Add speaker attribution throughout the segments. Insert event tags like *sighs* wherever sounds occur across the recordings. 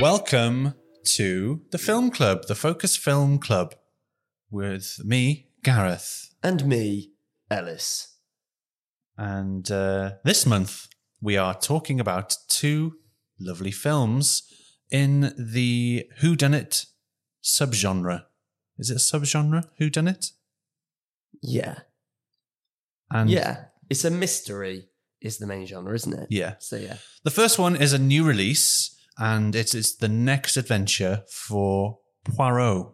Speaker 1: welcome to the Film Club, the Focus Film Club, with me, Gareth.
Speaker 2: And me, Ellis.
Speaker 1: And uh, this month, we are talking about two lovely films in the Who Done It subgenre. Is it a subgenre? Who Done It?
Speaker 2: Yeah.
Speaker 1: And
Speaker 2: yeah. It's a mystery, is the main genre, isn't it?
Speaker 1: yeah.
Speaker 2: So, yeah.
Speaker 1: The first one is a new release, and it is the next adventure for Poirot.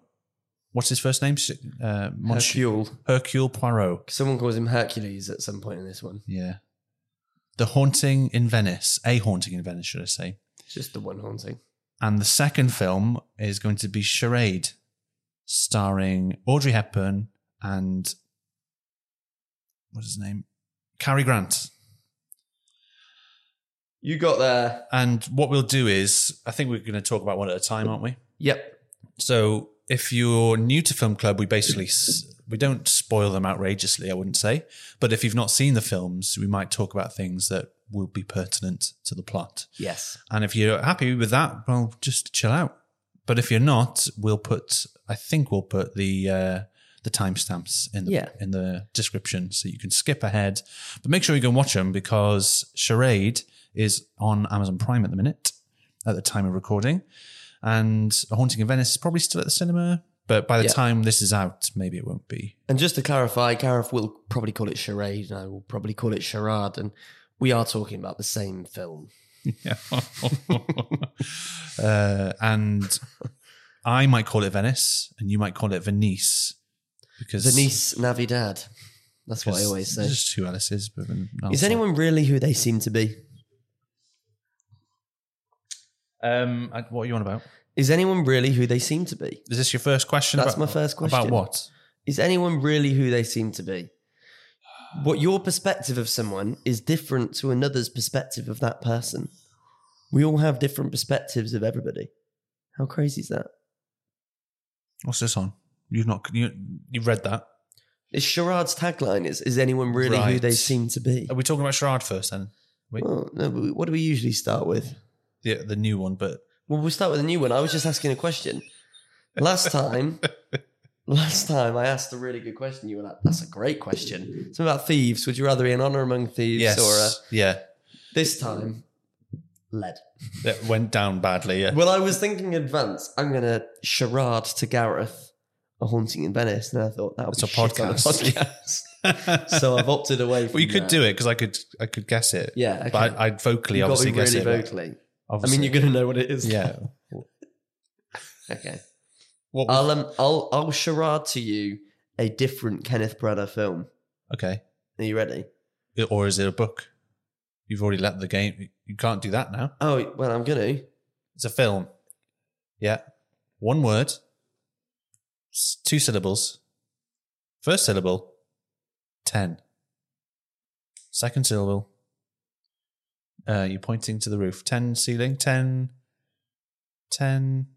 Speaker 1: What's his first name? Uh, Monsieur-
Speaker 2: Hercule.
Speaker 1: Hercule Poirot.
Speaker 2: Someone calls him Hercules at some point in this one.
Speaker 1: Yeah. The Haunting in Venice, a haunting in Venice, should I say.
Speaker 2: It's just the one haunting.
Speaker 1: And the second film is going to be Charade, starring Audrey Hepburn and what's his name? Cary Grant.
Speaker 2: You got there.
Speaker 1: And what we'll do is, I think we're going to talk about one at a time, aren't we?
Speaker 2: Yep.
Speaker 1: So if you're new to Film Club, we basically s- we don't spoil them outrageously, I wouldn't say. But if you've not seen the films, we might talk about things that will be pertinent to the plot.
Speaker 2: Yes.
Speaker 1: And if you're happy with that, well, just chill out. But if you're not, we'll put I think we'll put the uh, the timestamps in the
Speaker 2: Yeah.
Speaker 1: in the description so you can skip ahead. But make sure you go and watch them because Charade is on Amazon Prime at the minute at the time of recording, and A Haunting in Venice is probably still at the cinema. But by the
Speaker 2: Yeah.
Speaker 1: time this is out, maybe it won't be.
Speaker 2: And just to clarify, Gareth will probably call it charade, and I will probably call it charade. And we are talking about the same film.
Speaker 1: Yeah. *laughs* uh, and I might call it Venice, and you might call it Venice because
Speaker 2: Venice Navidad. That's what I always say.
Speaker 1: There's two Alice's, but then-
Speaker 2: Is anyone really who they seem to be?
Speaker 1: Um, I- what are you on about?
Speaker 2: Is anyone really who they seem to be?
Speaker 1: Is this your first question?
Speaker 2: That's
Speaker 1: about,
Speaker 2: my first question.
Speaker 1: About what?
Speaker 2: Is anyone really who they seem to be? What your perspective of someone is different to another's perspective of that person. We all have different perspectives of everybody. How crazy is that?
Speaker 1: What's this on? You've not you you read that?
Speaker 2: It's Charade's tagline is Is anyone really who
Speaker 1: Right.
Speaker 2: they seem to be?
Speaker 1: Are we talking about Sherrard first then? we-
Speaker 2: Well, no, but what do we usually start with?
Speaker 1: The the new one, but
Speaker 2: Well, we'll start with a new one. I was just asking a question.
Speaker 1: *laughs*
Speaker 2: Last time, last time I asked a really good question. You were like, that's a great question. Something about thieves. Would you rather be an honor among thieves
Speaker 1: yes,
Speaker 2: or a,
Speaker 1: yeah,
Speaker 2: this time, lead?
Speaker 1: that went down badly. Yeah,
Speaker 2: Well, I was thinking in advance, I'm going to charade to Gareth a haunting in Venice. And I thought that was
Speaker 1: It's a podcast. *laughs*
Speaker 2: podcast. so I've opted away from
Speaker 1: well, you could do it because I could I could guess it,
Speaker 2: Yeah. Okay.
Speaker 1: but I, I'd vocally
Speaker 2: You've got to
Speaker 1: obviously
Speaker 2: be
Speaker 1: guess it.
Speaker 2: really
Speaker 1: but
Speaker 2: vocally. I
Speaker 1: obviously-
Speaker 2: mean, you're going to know what it is.
Speaker 1: yeah.
Speaker 2: *laughs* Okay.
Speaker 1: What?
Speaker 2: I'll um, I'll I'll charade to you a different Kenneth Branagh film.
Speaker 1: okay,
Speaker 2: Are you ready?
Speaker 1: or is it a book? You've already let the game. You can't do that now.
Speaker 2: Oh well,
Speaker 1: *laughs*
Speaker 2: I'm gonna. *laughs*
Speaker 1: It's a film. Yeah. One word. S- Two syllables. First syllable, 10. Second syllable, uh, you're pointing to the roof. 10 ceiling, 10, 10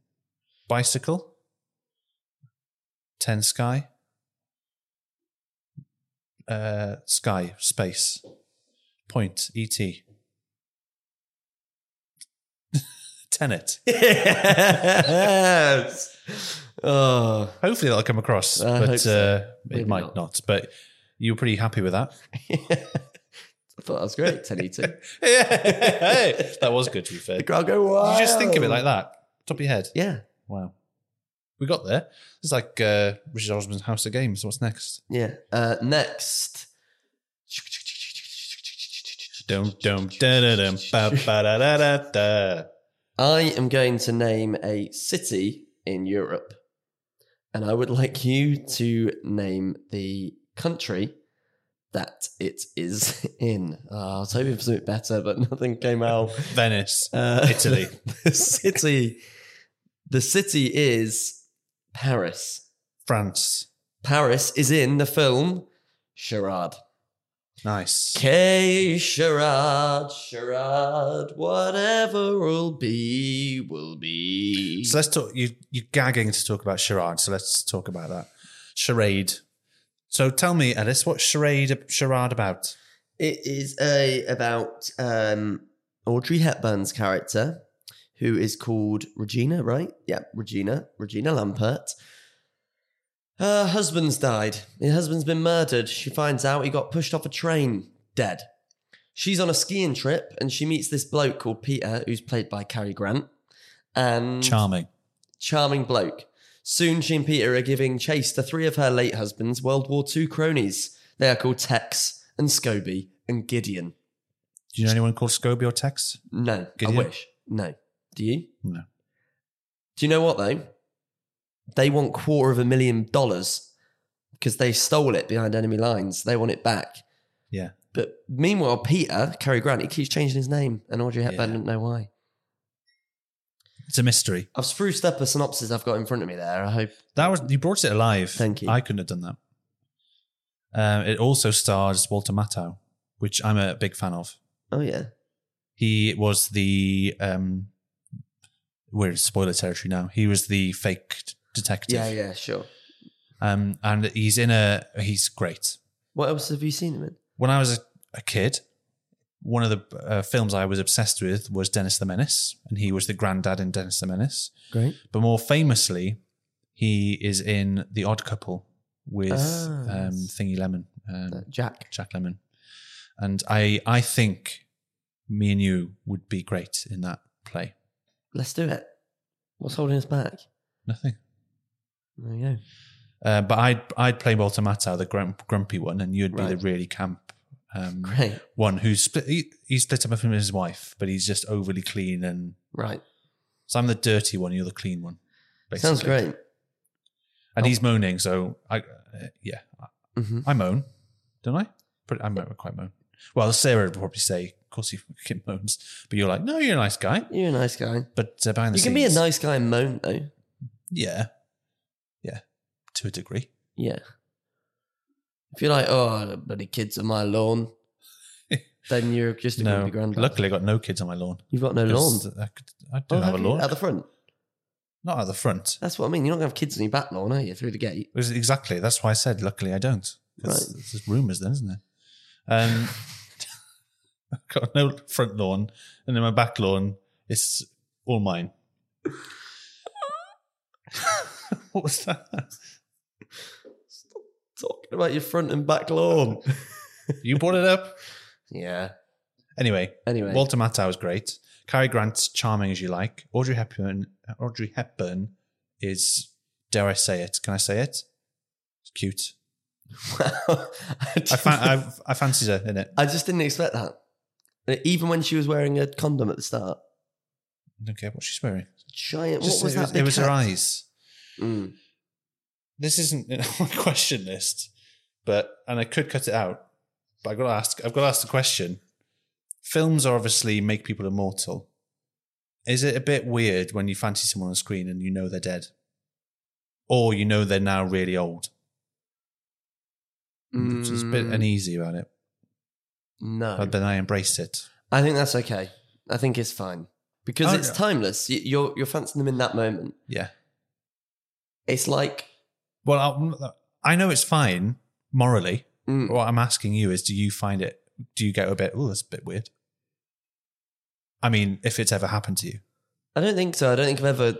Speaker 1: bicycle, 10 sky, uh, sky, space, point, E ET, tenet.
Speaker 2: yes. Oh. *laughs*
Speaker 1: Hopefully that'll come across,
Speaker 2: I hope
Speaker 1: but
Speaker 2: so.
Speaker 1: uh,
Speaker 2: Maybe
Speaker 1: it might
Speaker 2: not.
Speaker 1: not. But you were pretty happy with
Speaker 2: *laughs*
Speaker 1: that.
Speaker 2: I thought that was great. Ten e two.
Speaker 1: Hey, that was good to be fair.
Speaker 2: The
Speaker 1: You
Speaker 2: crowd go wild.
Speaker 1: just think of it like that, top of your head.
Speaker 2: Yeah.
Speaker 1: Wow, we got there. It's like uh, Richard Osman's House of Games. What's next?
Speaker 2: Yeah. Uh, next.
Speaker 1: Dum dum da da dum ba ba da da da da.
Speaker 2: I am going to name a city in Europe, and I would like you to name the country that it is *laughs* in. Oh, I was hoping for something better, but *laughs* nothing came out.
Speaker 1: Venice,
Speaker 2: Uh,
Speaker 1: Italy.
Speaker 2: *laughs* the city. The city is Paris.
Speaker 1: France.
Speaker 2: Paris is in the film Charade.
Speaker 1: Nice.
Speaker 2: K Charade, Charade, whatever will be, will be.
Speaker 1: So let's talk. You you're gagging to talk about charade. So let's talk about that charade. So tell me, Ellis, what's charade charade about?
Speaker 2: It is a about um, Audrey Hepburn's character, who is called Regina, right? Yeah, Regina, Regina Lampert. Her husband's died. Her husband's been murdered. She finds out he got pushed off a train, dead. She's on a skiing trip and she meets this bloke called Peter, who's played by Cary Grant. And
Speaker 1: Charming.
Speaker 2: charming bloke. Soon she and Peter are giving chase to three of her late husband's World War II cronies. They are called Tex and Scobie and Gideon.
Speaker 1: Do you know anyone called Scobie or Tex?
Speaker 2: No,
Speaker 1: Gideon?
Speaker 2: I wish. No. Do you?
Speaker 1: No.
Speaker 2: Do you know what though? They want quarter of a million dollars because they stole it behind enemy lines. They want it back.
Speaker 1: Yeah.
Speaker 2: But meanwhile, Peter, Cary Grant, he keeps changing his name and Audrey Hepburn
Speaker 1: Yeah.
Speaker 2: doesn't know why.
Speaker 1: It's a mystery.
Speaker 2: I've spruced up a synopsis I've got in front of me there. I hope
Speaker 1: That was you brought it alive.
Speaker 2: Thank you.
Speaker 1: I couldn't have done that. Um, it also stars Walter Matthau, which I'm a big fan of.
Speaker 2: Oh yeah.
Speaker 1: He was the um, we're in spoiler territory now. He was the fake d- detective.
Speaker 2: Yeah, yeah, sure.
Speaker 1: Um, and he's in a he's great.
Speaker 2: What else have you seen him in?
Speaker 1: When I was a, a kid, one of the uh, films I was obsessed with was Dennis the Menace, and he was the granddad in Dennis the Menace.
Speaker 2: Great.
Speaker 1: But more famously, he is in The Odd Couple with
Speaker 2: Ah,
Speaker 1: um,
Speaker 2: yes.
Speaker 1: Thingy Lemon, um,
Speaker 2: Uh, Jack.
Speaker 1: Jack Lemon, and I I think me and you would be great in that play.
Speaker 2: Let's do it. What's holding us back?
Speaker 1: Nothing.
Speaker 2: There you go.
Speaker 1: Uh, but I'd I'd play Walter Matthau, the grump, grumpy one, and you'd be the
Speaker 2: Right.
Speaker 1: really camp um,
Speaker 2: Great.
Speaker 1: one who's split. He, he's split up with him and his wife, but he's just overly clean. And
Speaker 2: Right.
Speaker 1: so I'm the dirty one, you're the clean one.
Speaker 2: Sounds
Speaker 1: basically.
Speaker 2: great.
Speaker 1: And he's moaning, so I uh, yeah,
Speaker 2: hmm
Speaker 1: I moan, don't I? But I moan, quite moan. Well, Sarah would probably say, "Of course he fucking *laughs* moans," but you're like, "No, you're a nice guy."
Speaker 2: You're a nice guy.
Speaker 1: But uh, behind the
Speaker 2: You can
Speaker 1: scenes,
Speaker 2: be a nice guy and moan though.
Speaker 1: yeah, yeah, to a degree.
Speaker 2: Yeah. If you're like, oh, the bloody kids on
Speaker 1: *laughs*
Speaker 2: my lawn, then you're just a
Speaker 1: no,
Speaker 2: grumpy granddad.
Speaker 1: luckily I got no kids on my lawn.
Speaker 2: You've got no lawn.
Speaker 1: Because I, could, I don't
Speaker 2: Oh,
Speaker 1: have a
Speaker 2: you?
Speaker 1: lawn.
Speaker 2: At the front.
Speaker 1: Not at the front.
Speaker 2: That's what I mean. You're not going to have kids on your back lawn, are you? Through the gate.
Speaker 1: It was exactly. That's why I said, luckily, I don't. 'Cause
Speaker 2: Right.
Speaker 1: It's just rumours then, isn't it? Um, *laughs* I've got no front lawn, and then my back lawn is all mine. *laughs* what was that?
Speaker 2: Talking about your front and back lawn.
Speaker 1: You brought it up.
Speaker 2: yeah.
Speaker 1: Anyway,
Speaker 2: Anyway.
Speaker 1: Walter Matthau is great. Cary Grant's charming as you like. Audrey Hepburn. Audrey Hepburn is, dare I say it? Can I say it? It's cute.
Speaker 2: wow. *laughs* I,
Speaker 1: I,
Speaker 2: *laughs*
Speaker 1: fan- I, I fancied her in it.
Speaker 2: I just didn't expect that. Even when she was wearing a condom at the start.
Speaker 1: I don't care what she's wearing.
Speaker 2: Giant.
Speaker 1: Just-
Speaker 2: what was
Speaker 1: it
Speaker 2: that?
Speaker 1: was, it
Speaker 2: big
Speaker 1: was her
Speaker 2: cat?
Speaker 1: eyes.
Speaker 2: Mm.
Speaker 1: This isn't *laughs* in my question list, but and I could cut it out, but I got to ask. I've got to ask the question. Films are obviously make people immortal. Is it a bit weird when you fancy someone on screen and you know they're dead, or you know they're now really old? So It's a bit
Speaker 2: Mm,
Speaker 1: uneasy about it,
Speaker 2: no.
Speaker 1: but then I embraced it.
Speaker 2: I think that's okay. I think it's fine because
Speaker 1: Oh,
Speaker 2: it's
Speaker 1: yeah.
Speaker 2: timeless. Y- You're you're fancying them in that moment.
Speaker 1: Yeah.
Speaker 2: It's like
Speaker 1: Well, I, I know it's fine morally.
Speaker 2: mm,
Speaker 1: What I'm asking you is, do you find it? Do you get a bit? Oh, that's a bit weird. I mean, if it's ever happened to you,
Speaker 2: I don't think so. I don't think I've ever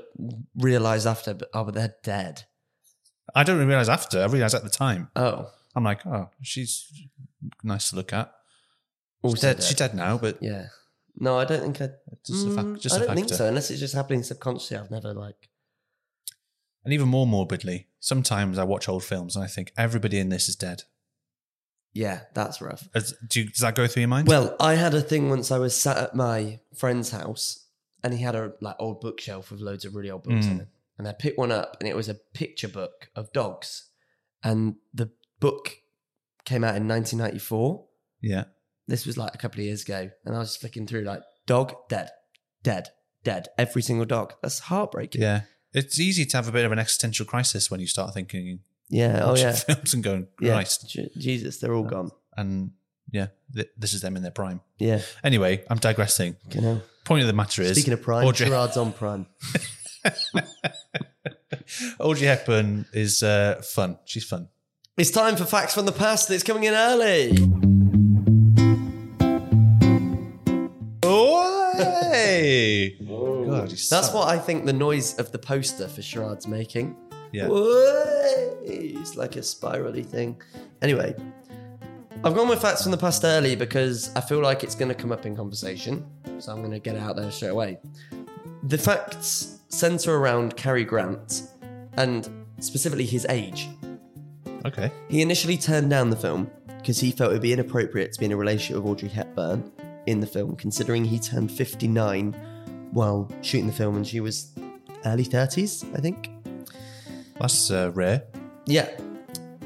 Speaker 2: realized after, but oh, but they're dead.
Speaker 1: I don't realize after. I realized at the time.
Speaker 2: Oh,
Speaker 1: I'm like, oh, she's nice to look at.
Speaker 2: also
Speaker 1: She's dead. She's dead now, but
Speaker 2: Yeah. No, I don't think I.
Speaker 1: it's just a, fac-
Speaker 2: Mm,
Speaker 1: just
Speaker 2: I
Speaker 1: a
Speaker 2: don't
Speaker 1: factor.
Speaker 2: think so, unless it's just happening subconsciously. I've never like.
Speaker 1: And even more morbidly, sometimes I watch old films and I think everybody in this is dead.
Speaker 2: Yeah, that's rough.
Speaker 1: As- do you, does that go through your mind?
Speaker 2: Well, I had a thing once. I was sat at my friend's house, and he had a like old bookshelf with loads of really old books in
Speaker 1: Mm.
Speaker 2: it. And I picked one up, and it was a picture book of dogs, and the book came out in 1994.
Speaker 1: yeah.
Speaker 2: This was like a couple of years ago, and I was flicking through like dog dead, dead, dead, every single dog. That's heartbreaking.
Speaker 1: Yeah. It's easy to have a bit of an existential crisis when you start thinking,
Speaker 2: Yeah, Oh
Speaker 1: watching
Speaker 2: yeah.
Speaker 1: *laughs* films and going,
Speaker 2: Yeah.
Speaker 1: Christ.
Speaker 2: Je- Jesus, they're all gone.
Speaker 1: And yeah, th- this is them in their prime.
Speaker 2: Yeah.
Speaker 1: Anyway, I'm digressing.
Speaker 2: You know.
Speaker 1: Point of the matter is,
Speaker 2: Speaking of prime,
Speaker 1: Audrey-
Speaker 2: Gerard's on prime.
Speaker 1: Audrey Hepburn is uh, fun. She's fun.
Speaker 2: It's time for Facts from the Past. It's coming in early.
Speaker 1: Oh, hey! *laughs* God, bloody
Speaker 2: That's what I think the noise of the poster for Sherrod's making.
Speaker 1: Yeah.
Speaker 2: Whey! It's like a spirally thing. Anyway, I've gone with facts from the past early because I feel like it's going to come up in conversation. So I'm going to get it out there straight away. The facts center around Cary Grant and specifically his age.
Speaker 1: Okay.
Speaker 2: He initially turned down the film because he felt it would be inappropriate to be in a relationship with Audrey Hepburn in the film, considering he turned 59 while shooting the film and she was early 30s, I think.
Speaker 1: That's uh, rare.
Speaker 2: Yeah.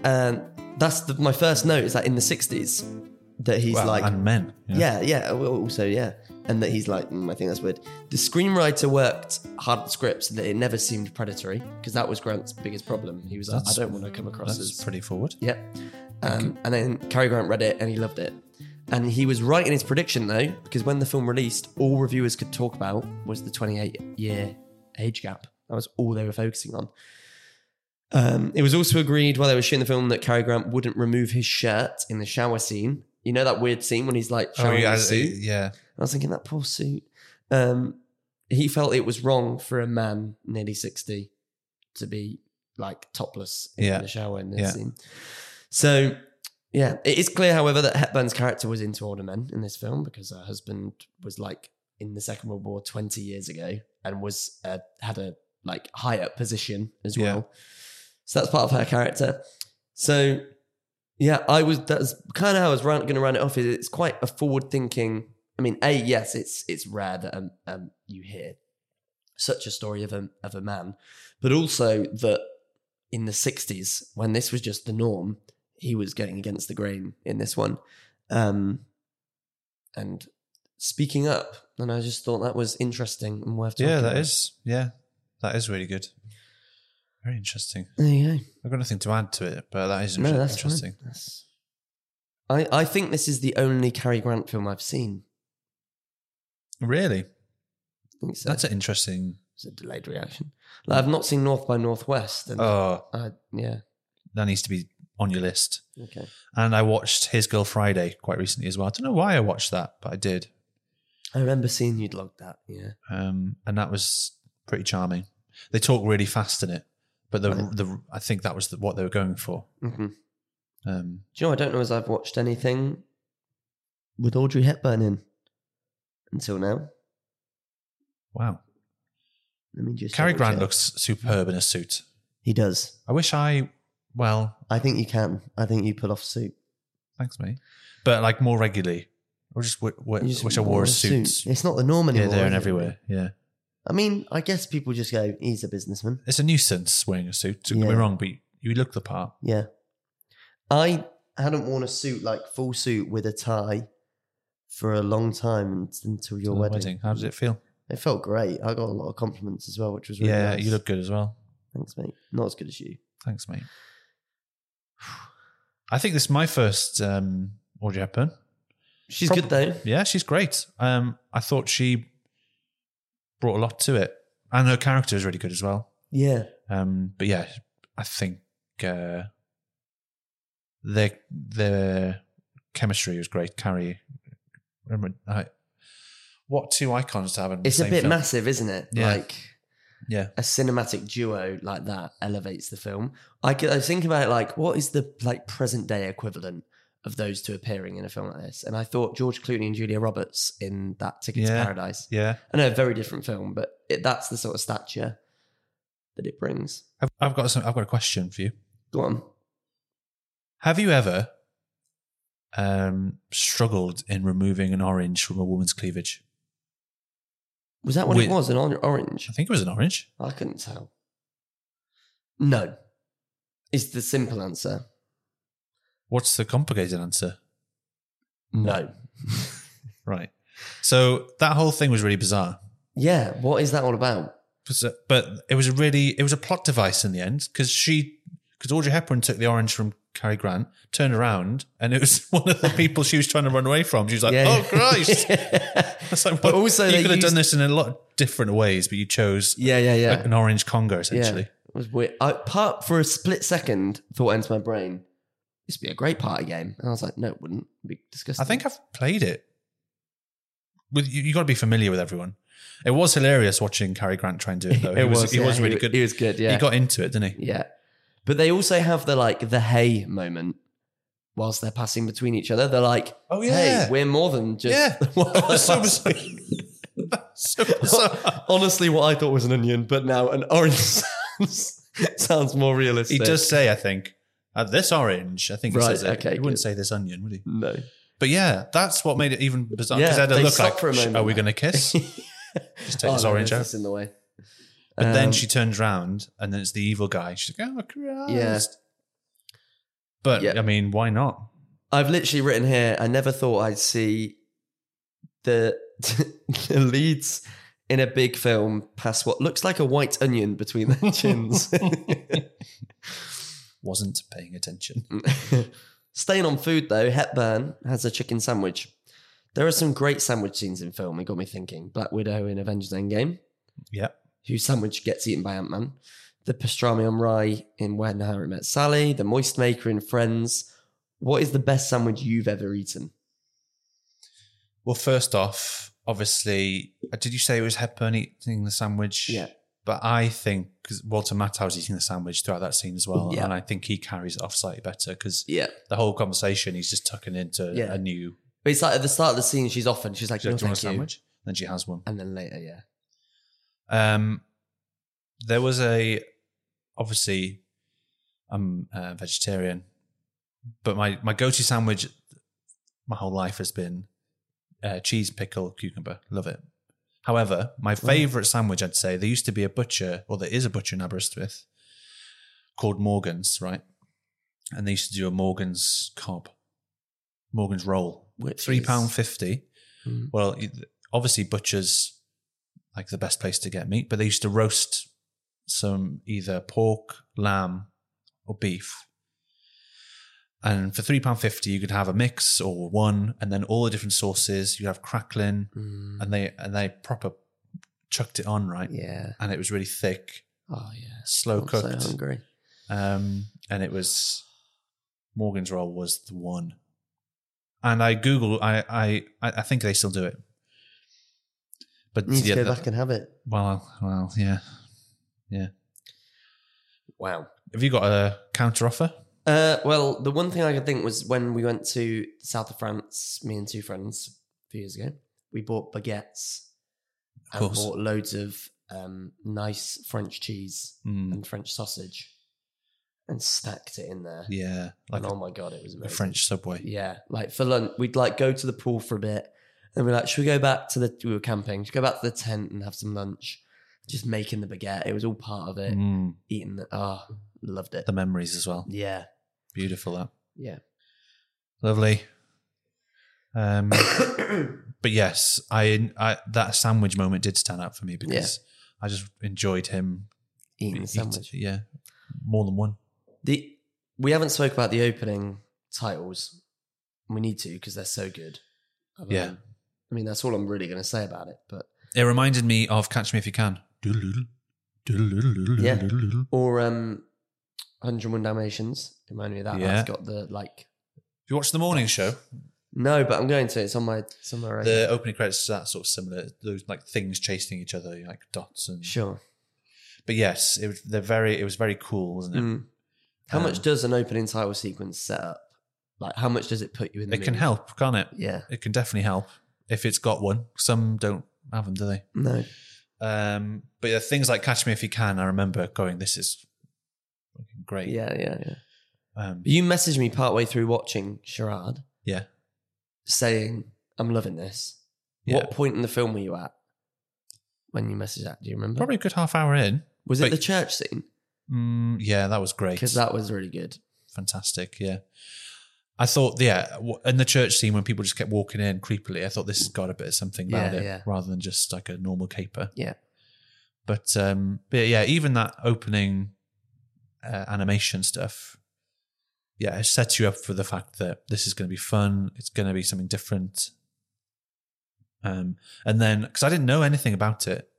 Speaker 2: And that's the, my first note is that in the 60s, that he's
Speaker 1: Well,
Speaker 2: like,
Speaker 1: and men. you know.
Speaker 2: yeah, yeah, al- also, yeah. And that he's like, mm, I think that's weird. The screenwriter worked hard at the script so that it never seemed predatory because that was Grant's biggest problem. He was like,
Speaker 1: That's-
Speaker 2: I don't want to come across as
Speaker 1: That's pretty forward.
Speaker 2: Yep. Um, and then Cary Grant read it and he loved it. And he was right in his prediction though, because when the film released, all reviewers could talk about was the 28 year age gap. That was all they were focusing on. Um, it was also agreed while they were shooting the film that Cary Grant wouldn't remove his shirt in the shower scene. You know that weird scene when he's like showering
Speaker 1: Oh, yeah,
Speaker 2: his suit?
Speaker 1: yeah.
Speaker 2: I was thinking that poor suit. Um, he felt it was wrong for a man nearly sixty to be like topless in
Speaker 1: Yeah.
Speaker 2: the shower in this
Speaker 1: Yeah.
Speaker 2: scene. So yeah, it is clear, however, that Hepburn's character was into older men in this film because her husband was like in the Second World War twenty years ago and was uh, had a like higher position as
Speaker 1: Yeah.
Speaker 2: well. So that's part of her character. So yeah, I was. That's kind of how I was going to run it off. Is it's quite a forward thinking. I mean, a yes, it's it's rare that um, um you hear such a story of a of a man, but also that in the '60s when this was just the norm, he was going against the grain in this one, um, and speaking up. And I just thought that was interesting and worth. Talking
Speaker 1: Yeah, that
Speaker 2: about.
Speaker 1: is. Yeah, that is really good. Very interesting.
Speaker 2: There you go.
Speaker 1: I've got nothing to add to it, but that is
Speaker 2: No, that's
Speaker 1: interesting.
Speaker 2: interesting. That's... I, I think this is the only Cary Grant film I've seen.
Speaker 1: Really,
Speaker 2: I think so.
Speaker 1: that's an interesting.
Speaker 2: it's a delayed reaction. Like, I've not seen North by Northwest, and
Speaker 1: Oh,
Speaker 2: I, yeah,
Speaker 1: that needs to be on your list.
Speaker 2: okay.
Speaker 1: And I watched His Girl Friday quite recently as well. I don't know why I watched that, but I did,
Speaker 2: I remember seeing you'd logged that. Yeah,
Speaker 1: um, and that was pretty charming. They talk really fast in it, but the
Speaker 2: Right.
Speaker 1: the I think that was the, what they were going for.
Speaker 2: hmm do
Speaker 1: Um,
Speaker 2: you know? I don't know as I've watched anything with Audrey Hepburn in until now.
Speaker 1: wow,
Speaker 2: Let me just.
Speaker 1: Cary
Speaker 2: double
Speaker 1: Grant
Speaker 2: check.
Speaker 1: looks superb in a suit.
Speaker 2: He does.
Speaker 1: I wish I well,
Speaker 2: I think you can. I think you pull off suit.
Speaker 1: Thanks, mate. But like more regularly, or just w- w-
Speaker 2: You just
Speaker 1: wish I wore a suit.
Speaker 2: It's not the norm
Speaker 1: Yeah,
Speaker 2: anymore.
Speaker 1: there and
Speaker 2: is it?
Speaker 1: everywhere. Yeah,
Speaker 2: I mean, I guess people just go, "He's a businessman."
Speaker 1: it's a nuisance wearing a suit. Don't get me
Speaker 2: Yeah.
Speaker 1: wrong, but you look the part.
Speaker 2: Yeah. I hadn't worn a suit, like full suit with a tie, for a long time until
Speaker 1: to
Speaker 2: your
Speaker 1: the
Speaker 2: wedding.
Speaker 1: How did it feel?
Speaker 2: It felt great. I got a lot of compliments as well, which was really
Speaker 1: yeah,
Speaker 2: nice.
Speaker 1: you look good as well.
Speaker 2: Thanks, mate. Not as good as you.
Speaker 1: Thanks, mate. *sighs* I think this is my first um, Audrey Hepburn.
Speaker 2: She's
Speaker 1: Prob-
Speaker 2: good though.
Speaker 1: Yeah, she's great. Um, I thought she brought a lot to it, and her character is really good as well.
Speaker 2: Yeah.
Speaker 1: Um, but yeah, I think uh, their their chemistry was great. Carrie, remember, I, what two icons to have in the
Speaker 2: It's a
Speaker 1: same
Speaker 2: bit
Speaker 1: film.
Speaker 2: massive, isn't it?
Speaker 1: Yeah.
Speaker 2: Like
Speaker 1: Yeah,
Speaker 2: a cinematic duo like that elevates the film. I, could, I think about it like, what is the like present day equivalent of those two appearing in a film like this? And I thought George Clooney and Julia Roberts in that Ticket
Speaker 1: Yeah.
Speaker 2: to Paradise.
Speaker 1: yeah.
Speaker 2: I know a very different film, but it, that's the sort of stature that it brings.
Speaker 1: I've, I've got some, I've got a question for you.
Speaker 2: Go on.
Speaker 1: Have you ever um, struggled in removing an orange from a woman's cleavage?
Speaker 2: Was that what
Speaker 1: With-
Speaker 2: it was? An or- orange?
Speaker 1: I think it was an orange.
Speaker 2: I couldn't tell. No, is the simple answer.
Speaker 1: What's the complicated answer?
Speaker 2: No.
Speaker 1: Right. So that whole thing was really bizarre.
Speaker 2: Yeah. What is that all about?
Speaker 1: So- but it was a really it was a plot device in the end because she because Audrey Hepburn took the orange from Cary Grant, turned around, and it was *laughs* one of the people she was trying to run away from. She was like,
Speaker 2: Yeah.
Speaker 1: "Oh Christ!" It's like,
Speaker 2: But
Speaker 1: what-
Speaker 2: also
Speaker 1: you
Speaker 2: they
Speaker 1: could have done
Speaker 2: used-
Speaker 1: this in a lot of different ways, but you chose
Speaker 2: *laughs* yeah, yeah, yeah.
Speaker 1: an orange conger
Speaker 2: yeah.
Speaker 1: essentially.
Speaker 2: It was weird. I, part for a split second, thought entered my brain. This would be a great party game, and I was like, no, it *laughs* wouldn't. It'd be disgusting.
Speaker 1: I think I've played it. With you, you got to be familiar with everyone. It was hilarious watching Cary Grant try and do it
Speaker 2: *laughs*
Speaker 1: though. He was, he
Speaker 2: yeah,
Speaker 1: was really
Speaker 2: he,
Speaker 1: good.
Speaker 2: He was good. Yeah.
Speaker 1: He got into it, didn't he?
Speaker 2: Yeah. But they also have the like the hey moment whilst they're passing between each other. They're like,
Speaker 1: Oh
Speaker 2: hey, we're more than just.
Speaker 1: Yeah. *laughs*
Speaker 2: What- *laughs*
Speaker 1: That's so bizarre. That's *laughs* so bizarre.
Speaker 2: Honestly, what I thought was an onion, but now an orange *laughs* sounds, sounds more
Speaker 1: *laughs* He
Speaker 2: realistic.
Speaker 1: does say, I think, uh, this orange. I think he
Speaker 2: Right,
Speaker 1: says it.
Speaker 2: okay,
Speaker 1: he wouldn't
Speaker 2: good.
Speaker 1: say this onion, would he?
Speaker 2: No.
Speaker 1: But yeah, that's what made it even bizarre.
Speaker 2: Yeah,
Speaker 1: Because they had a
Speaker 2: they
Speaker 1: look
Speaker 2: stop
Speaker 1: like,
Speaker 2: for a
Speaker 1: "Sh-
Speaker 2: moment.
Speaker 1: are we going to
Speaker 2: *laughs*
Speaker 1: kiss? Just take
Speaker 2: Oh,
Speaker 1: this
Speaker 2: no,
Speaker 1: orange
Speaker 2: there's
Speaker 1: out.
Speaker 2: this in the way.
Speaker 1: But then
Speaker 2: Um,
Speaker 1: she turns round and then it's the evil guy. She's like, oh, Christ.
Speaker 2: Yeah.
Speaker 1: But
Speaker 2: Yeah.
Speaker 1: I mean, why not?
Speaker 2: I've literally written here. I never thought I'd see the, *laughs* the leads in a big film pass what looks like a white onion between their chins. *laughs*
Speaker 1: Wasn't paying attention.
Speaker 2: Staying on food though, Hepburn has a chicken sandwich. There are some great sandwich scenes in film. It got me thinking. Black Widow in Avengers Endgame.
Speaker 1: Yep.
Speaker 2: Whose sandwich gets eaten by Ant Man. The pastrami on rye in When Harry Met Sally. The moist maker in Friends. What is the best sandwich you've ever eaten?
Speaker 1: Well, first off, obviously, uh, did you say it was Hepburn eating the sandwich?
Speaker 2: Yeah.
Speaker 1: But I think because Walter Matthau's eating the sandwich throughout that scene as well,
Speaker 2: Yeah.
Speaker 1: and I think he carries it off slightly better because
Speaker 2: Yeah.
Speaker 1: the whole conversation he's just tucking into
Speaker 2: Yeah.
Speaker 1: a new.
Speaker 2: But it's like at the start of the scene, she's often she's like,
Speaker 1: She's like,
Speaker 2: "No,
Speaker 1: do you want a
Speaker 2: thank you."
Speaker 1: sandwich? Then she has one.
Speaker 2: And then later, yeah,
Speaker 1: Um, there was a obviously I'm a vegetarian, but my my go to sandwich my whole life has been uh, cheese pickle cucumber. Love it. However, my favorite sandwich, I'd say, there used to be a butcher, or there is a butcher in Aberystwyth called Morgan's, right? And they used to do a Morgan's cob, Morgan's roll,
Speaker 2: Which
Speaker 1: three
Speaker 2: is-
Speaker 1: pound fifty.
Speaker 2: Mm.
Speaker 1: Well, you- obviously butchers like the best place to get meat, but they used to roast some either pork, lamb, or beef. And for three pound fifty, you could have a mix or one, and then all the different sauces. You have crackling,
Speaker 2: Mm.
Speaker 1: and they and they proper chucked it on right,
Speaker 2: yeah.
Speaker 1: and it was really thick,
Speaker 2: Oh yeah,
Speaker 1: slow
Speaker 2: I'm
Speaker 1: cooked,
Speaker 2: so hungry.
Speaker 1: um, and it was Morgan's roll was the one. And I Google, I I I I think they still do it, but
Speaker 2: Need
Speaker 1: yeah,
Speaker 2: to go
Speaker 1: the-
Speaker 2: back and have it.
Speaker 1: well, well, yeah.
Speaker 2: Wow.
Speaker 1: Have you got a counter offer?
Speaker 2: Uh, well, the one thing I could think was when we went to the south of France, me and two friends a few years ago, we bought baguettes
Speaker 1: Of
Speaker 2: and
Speaker 1: course.
Speaker 2: bought loads of um, nice French cheese
Speaker 1: Mm,
Speaker 2: and French sausage and stacked it in there.
Speaker 1: yeah, like
Speaker 2: and
Speaker 1: a,
Speaker 2: oh my god, it was
Speaker 1: a
Speaker 2: amazing.
Speaker 1: French subway.
Speaker 2: Yeah, like for lunch, we'd like go to the pool for a bit, and we're like, should we go back to the? We were camping. Should we go back to the tent and have some lunch? Just making the baguette. It was all part of it.
Speaker 1: Mm,
Speaker 2: Eating the, oh, loved it.
Speaker 1: the memories as well. *coughs*
Speaker 2: yeah,
Speaker 1: Beautiful that.
Speaker 2: yeah.
Speaker 1: Lovely. Um, but yes, I, I that sandwich moment did stand out for me because I just enjoyed him
Speaker 2: Eating the
Speaker 1: eat-
Speaker 2: sandwich.
Speaker 1: yeah, more than one.
Speaker 2: The we haven't spoke about the opening titles. We need to because they're so good. Um,
Speaker 1: Yeah.
Speaker 2: I mean that's all I'm really going to say about it. But
Speaker 1: It reminded me of Catch Me If You Can. Doodle-doodle. Doodle-doodle-doodle-doodle-doodle.
Speaker 2: Yeah. or um, 101 Dalmatians. Remind me of that.
Speaker 1: Yeah.
Speaker 2: That's got the like.
Speaker 1: If you watch the morning show,
Speaker 2: No, but I'm going to. It's on my somewhere. around
Speaker 1: the
Speaker 2: here.
Speaker 1: opening credits are that sort of similar. Those like things chasing each other, like dots and.
Speaker 2: Sure.
Speaker 1: But yes, it was. They're very. It was very cool, wasn't it?
Speaker 2: Mm. How much
Speaker 1: Um,
Speaker 2: does an opening title sequence set up? Like, how much does it put you in? The
Speaker 1: It can
Speaker 2: mood?
Speaker 1: help, can't it?
Speaker 2: Yeah.
Speaker 1: It can definitely help if it's got one. Some don't have them, do they?
Speaker 2: No.
Speaker 1: Um, but yeah, things like Catch Me If You Can, I remember going, this is fucking great.
Speaker 2: Yeah, yeah, yeah.
Speaker 1: Um,
Speaker 2: You messaged me partway through watching Charade.
Speaker 1: Yeah.
Speaker 2: Saying, "I'm loving this."
Speaker 1: yeah.
Speaker 2: What point in the film were you at when you messaged that? Do you remember?
Speaker 1: Probably a good half hour in.
Speaker 2: Was it
Speaker 1: but-
Speaker 2: the church scene?
Speaker 1: Mm, yeah, that was great.
Speaker 2: Because that was really good.
Speaker 1: Fantastic. Yeah. I thought, yeah, w- in the church scene when people just kept walking in creepily, I thought this has got a bit of something about
Speaker 2: Yeah,
Speaker 1: it
Speaker 2: yeah.
Speaker 1: rather than just like a normal caper.
Speaker 2: Yeah.
Speaker 1: But, um, but yeah, even that opening uh, animation stuff, yeah, it sets you up for the fact that this is going to be fun. It's going to be something different. Um, and then, because I didn't know anything about it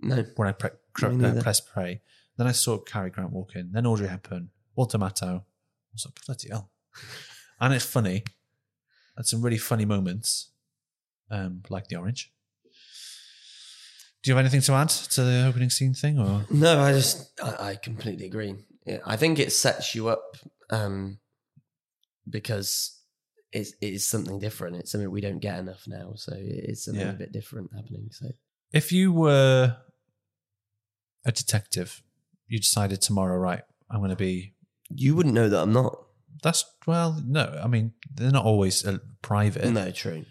Speaker 2: No.
Speaker 1: when I pre- cr-
Speaker 2: Me neither.
Speaker 1: uh, press play. Then I saw Cary Grant walk in, then Audrey Hepburn, Walter Matthau. I was like, bloody hell. *laughs* and it's funny. Had some really funny moments, um, like the orange. Do you have anything to add to the opening scene thing? Or
Speaker 2: No, I just I, I completely agree. Yeah, I think it sets you up um, because it's it is something different. It's something we don't get enough now, so it is something
Speaker 1: Yeah.
Speaker 2: a bit different happening. So
Speaker 1: if you were a detective, you decided tomorrow, right? I'm going to be.
Speaker 2: you wouldn't know that I'm not.
Speaker 1: That's well, no. I mean, they're not always uh, private.
Speaker 2: No, true.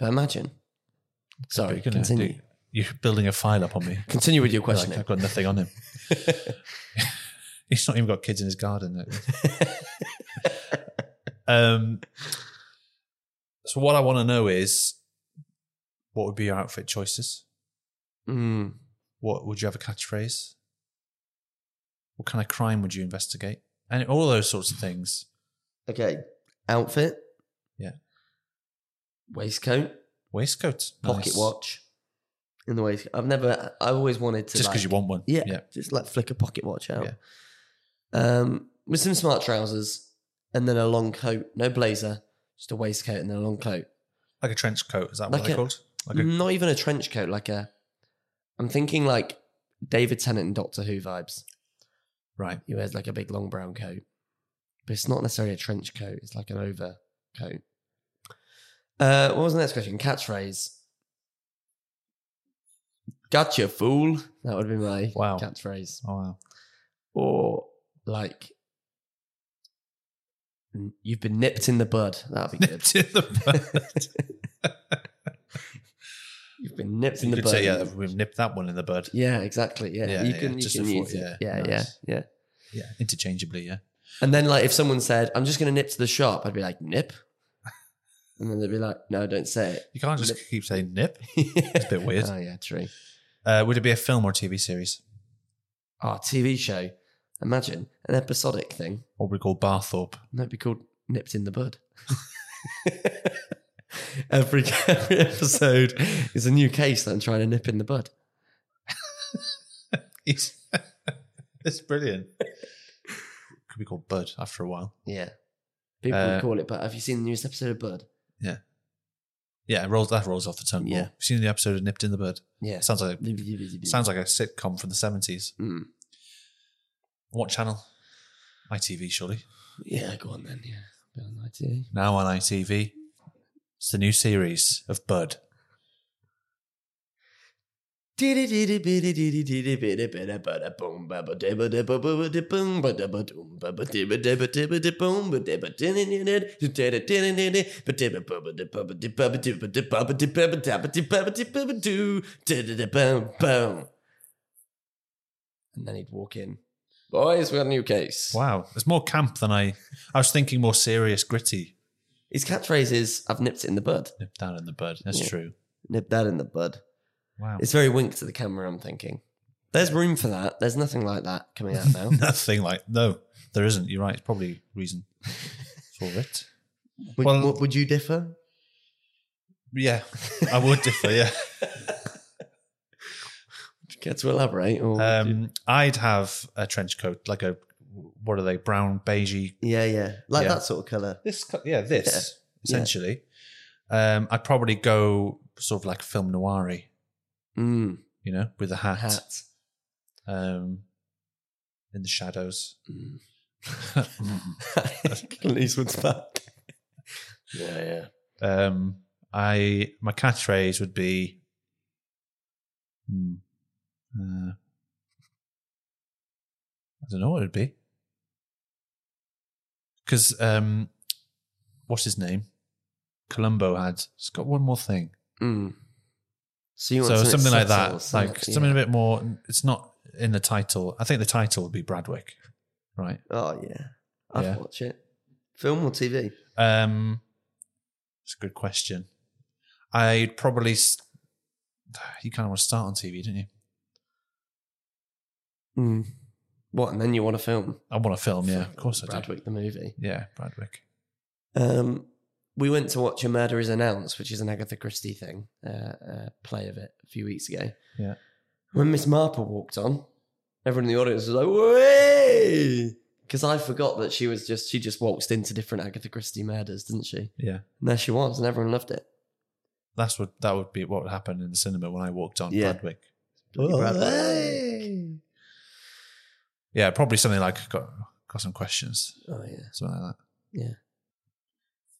Speaker 2: But imagine. Sorry,
Speaker 1: You're gonna
Speaker 2: continue.
Speaker 1: do- you're building a file up on me.
Speaker 2: Continue with
Speaker 1: You're
Speaker 2: your
Speaker 1: like,
Speaker 2: questioning.
Speaker 1: I've got nothing on him.
Speaker 2: *laughs*
Speaker 1: *laughs* He's not even got kids in his garden. um, so what I want to know is, what would be your outfit choices?
Speaker 2: Mm,
Speaker 1: What would you have a catchphrase? What kind of crime would you investigate? And all those sorts of things.
Speaker 2: okay, outfit.
Speaker 1: Yeah.
Speaker 2: Waistcoat,
Speaker 1: Waistcoat,
Speaker 2: pocket
Speaker 1: nice.
Speaker 2: watch. In the waistcoat. I've never. I've always wanted to.
Speaker 1: Just because
Speaker 2: like,
Speaker 1: you want one.
Speaker 2: Yeah, Just like flick a pocket watch out.
Speaker 1: Yeah.
Speaker 2: Um, with some smart trousers and then a long coat, no blazer, just a waistcoat and then a long coat.
Speaker 1: like a trench coat. Is that what
Speaker 2: Like
Speaker 1: they're
Speaker 2: a- Mm.
Speaker 1: called? Like a,
Speaker 2: Not even a trench coat, like a. I'm thinking like David Tennant and Doctor Who vibes.
Speaker 1: right.
Speaker 2: He wears like a big long brown coat, but it's not necessarily a trench coat. It's like an overcoat. Uh, what was the next question? Catchphrase. Gotcha, fool. That would be my
Speaker 1: Wow.
Speaker 2: catchphrase.
Speaker 1: Oh
Speaker 2: *laughs*
Speaker 1: wow.
Speaker 2: or like n- you've been nipped in the bud.
Speaker 1: *laughs*
Speaker 2: That'd be good.
Speaker 1: Nipped in
Speaker 2: *laughs*
Speaker 1: the
Speaker 2: you've been nipped
Speaker 1: *laughs*
Speaker 2: in
Speaker 1: you
Speaker 2: the
Speaker 1: could
Speaker 2: bud.
Speaker 1: say, yeah, we've nipped that one in the bud.
Speaker 2: Yeah, exactly. Yeah,
Speaker 1: Yeah,
Speaker 2: you
Speaker 1: yeah,
Speaker 2: can,
Speaker 1: just
Speaker 2: you can
Speaker 1: before-
Speaker 2: use it.
Speaker 1: yeah,
Speaker 2: Yeah, yeah,
Speaker 1: nice.
Speaker 2: yeah.
Speaker 1: Yeah, interchangeably. Yeah.
Speaker 2: And then like if someone said, "I'm just going to nip to the shop," I'd be like, "Nip," and then they'd be like, "No, don't say
Speaker 1: You can't just
Speaker 2: Nip.
Speaker 1: keep saying
Speaker 2: *laughs*
Speaker 1: nip.
Speaker 2: it."
Speaker 1: It's a bit weird.
Speaker 2: *laughs* oh yeah, true.
Speaker 1: Uh, would it be a film or TV series?
Speaker 2: Oh, TV show. Imagine an episodic thing.
Speaker 1: What would we call Barthorpe?
Speaker 2: That'd be called Nipped in the Bud. *laughs* every, every episode is a new case that I'm trying to nip in the bud.
Speaker 1: *laughs* It's, it's brilliant. Could be called Bud after a while.
Speaker 2: Yeah. People
Speaker 1: Uh,
Speaker 2: would call it, but have you seen the newest episode of Bud?
Speaker 1: Yeah, it rolls that rolls off the tongue. more.
Speaker 2: Yeah.
Speaker 1: Have you seen the episode of Nipped in the Bud?
Speaker 2: Yeah.
Speaker 1: Sounds like sounds like a sitcom from the seventies.
Speaker 2: Mm.
Speaker 1: What channel? ITV, surely.
Speaker 2: Yeah, go on then. Yeah. Bit of an idea.
Speaker 1: Now on ITV. It's the new series of Bud.
Speaker 2: And then he'd walk in. Boys, we got a new case.
Speaker 1: Wow. It's more camp than I I was thinking more serious, gritty.
Speaker 2: His catchphrase is I've nipped it in the bud.
Speaker 1: Nipped down in the bud. That's
Speaker 2: Yeah.
Speaker 1: true.
Speaker 2: Nip that in the bud.
Speaker 1: Wow. *laughs*
Speaker 2: It's very wink to the camera, I'm thinking. There's room for that. There's nothing like that coming
Speaker 1: *laughs*
Speaker 2: out now.
Speaker 1: Nothing like no, there isn't. You're right. It's probably *laughs* reason for it.
Speaker 2: would,
Speaker 1: Well-
Speaker 2: would- would you differ?
Speaker 1: Yeah, I would differ. Yeah,
Speaker 2: Care to elaborate? Or would you-
Speaker 1: um, I'd have a trench coat, like a what are they, brown, beigey.
Speaker 2: yeah, yeah. Like
Speaker 1: yeah.
Speaker 2: that sort of colour.
Speaker 1: This, co- yeah, this
Speaker 2: Yeah.
Speaker 1: essentially. Um, I'd probably go sort of like film noir
Speaker 2: Mm,
Speaker 1: you know, with a hat,
Speaker 2: hat.
Speaker 1: Um, in the shadows. *laughs*
Speaker 2: *laughs* Mm. Clint Eastwood's back. Yeah, yeah.
Speaker 1: um, I my catchphrase would be. hmm, uh, I don't know what it'd be. Because um, what's his name? Columbo had. It's got one more thing.
Speaker 2: Mm. So you want
Speaker 1: So
Speaker 2: something,
Speaker 1: something like
Speaker 2: subtle,
Speaker 1: that,
Speaker 2: something-
Speaker 1: like
Speaker 2: yeah.
Speaker 1: something a bit more. It's not in the title. I think the title would be Bradwick, right?
Speaker 2: Oh yeah, I'd
Speaker 1: Yeah.
Speaker 2: watch it. Film or TV?
Speaker 1: Um, it's a good question. I'd probably. s you kind of want to start on TV, don't you?
Speaker 2: Mm. What? And then you want a film?
Speaker 1: I want a film, yeah. Of course I do.
Speaker 2: Bradwick the movie.
Speaker 1: Yeah, Bradwick.
Speaker 2: Um, we went to watch A Murder Is Announced, which is an Agatha Christie thing, uh, uh, play of it a few weeks ago.
Speaker 1: Yeah.
Speaker 2: When Miss Marple walked on, everyone in the audience was like, "Way!" Because I forgot that she was just she just waltzed into different Agatha Christie murders, didn't she?
Speaker 1: Yeah,
Speaker 2: And there she was, and everyone loved it.
Speaker 1: that's what that would be. What would happen in the cinema when I walked on
Speaker 2: Yeah.
Speaker 1: Bradwick?
Speaker 2: Bloody Bradwick.
Speaker 1: Yeah, probably something like got got some questions,
Speaker 2: Oh yeah.
Speaker 1: something like that.
Speaker 2: Yeah.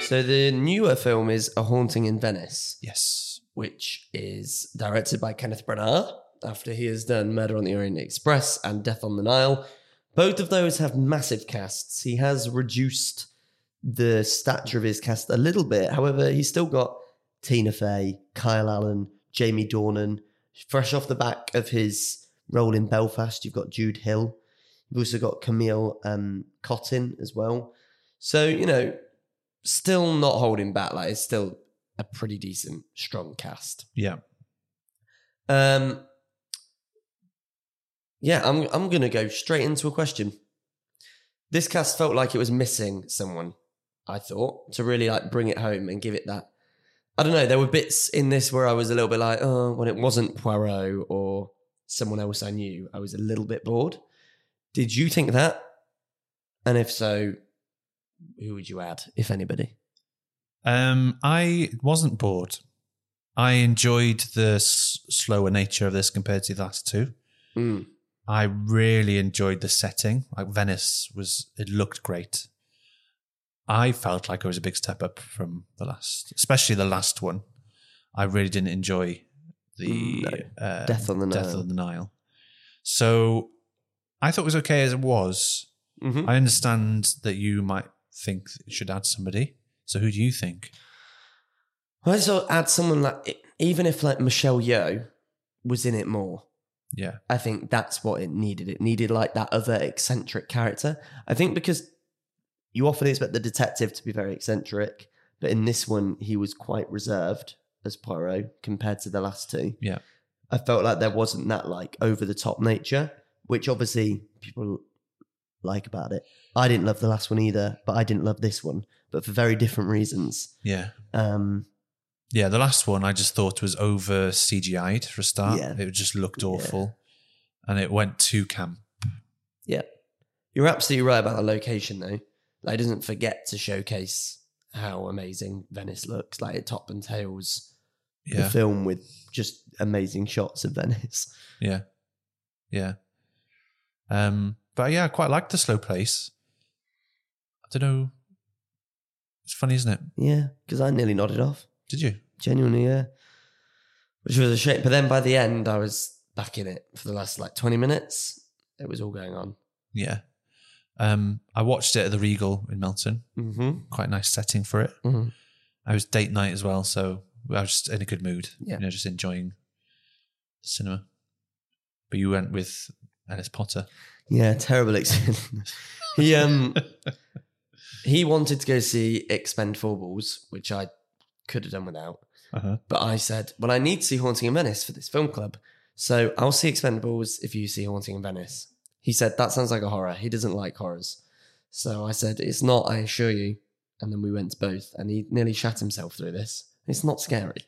Speaker 2: So the newer film is A Haunting in Venice,
Speaker 1: Yes.
Speaker 2: which is directed by Kenneth Branagh after he has done Murder on the Orient Express and Death on the Nile. Both of those have massive casts. He has reduced the stature of his cast a little bit. However, he's still got Tina Fey, Kyle Allen, Jamie Dornan. Fresh off the back of his role in Belfast, you've got Jude Hill. You've also got Camille um, Cotton as well. So, you know, still not holding back. Like, it's still a pretty decent, strong cast.
Speaker 1: Yeah.
Speaker 2: Um, yeah, I'm, I'm going to go straight into a question. This cast felt like it was missing someone, I thought, to really like bring it home and give it that. I don't know, there were bits in this where I was a little bit like, oh, when it wasn't Poirot or someone else I knew, I was a little bit bored. Did you think that? And if so, who would you add, if anybody?
Speaker 1: Um, I wasn't bored. I enjoyed the s- slower nature of this compared to the last two.
Speaker 2: Mm.
Speaker 1: I really enjoyed the setting. Like Venice was, it looked great. I felt like it was a big step up from the last, especially the last one. I really didn't enjoy the
Speaker 2: Mm, No.
Speaker 1: uh,
Speaker 2: Death on the
Speaker 1: Death
Speaker 2: Nile.
Speaker 1: on the Nile. So I thought it was okay as it was.
Speaker 2: Mhm.
Speaker 1: I understand that you might think it should add somebody. So who do you think?
Speaker 2: I just add someone like, e, even if like Michelle Yeoh was in it more,
Speaker 1: Yeah,
Speaker 2: I think that's what it needed. It needed like that other eccentric character. I think because you often expect the detective to be very eccentric, but in this one he was quite reserved as Poirot compared to the last two.
Speaker 1: Yeah.
Speaker 2: I felt like there wasn't that like over the top nature, which obviously people like about it. I didn't love the last one either, but I didn't love this one, but for very different reasons.
Speaker 1: yeah,
Speaker 2: Um,
Speaker 1: yeah. The last one I just thought was over CGI'd for a start.
Speaker 2: Yeah.
Speaker 1: It just looked
Speaker 2: Yeah.
Speaker 1: awful, and it went too camp.
Speaker 2: You're absolutely right about the location, though. Like, it doesn't forget to showcase how amazing Venice looks. Like, it top and tails the
Speaker 1: Yeah,
Speaker 2: film with just amazing shots of Venice. *laughs*
Speaker 1: yeah, yeah. Um, but yeah, I quite liked the slow pace. I don't know. It's funny, isn't it?
Speaker 2: Yeah, because I nearly nodded off.
Speaker 1: Did you?
Speaker 2: Genuinely, yeah. Which was a shame. But then by the end, I was back in it for the last like 20 minutes. It was all going on.
Speaker 1: Yeah. Um, I watched it at the Regal in Melton.
Speaker 2: Mm-hmm.
Speaker 1: Quite a nice setting for it.
Speaker 2: mm-hmm.
Speaker 1: I was date night as well, so I was just in a good mood.
Speaker 2: Yeah.
Speaker 1: You know, just enjoying the cinema. But you went with Alice Potter.
Speaker 2: Yeah, terrible experience. *laughs* he um he wanted to go see Expend Four Balls, which I could have done without.
Speaker 1: Uh-huh.
Speaker 2: But I said, well, I need to see Haunting in Venice for this film club. So I'll see Expendables if you see Haunting in Venice. He said, that sounds like a horror. He doesn't like horrors. So I said, it's not, I assure you. And then we went to both, and he nearly shat himself through this. It's not scary,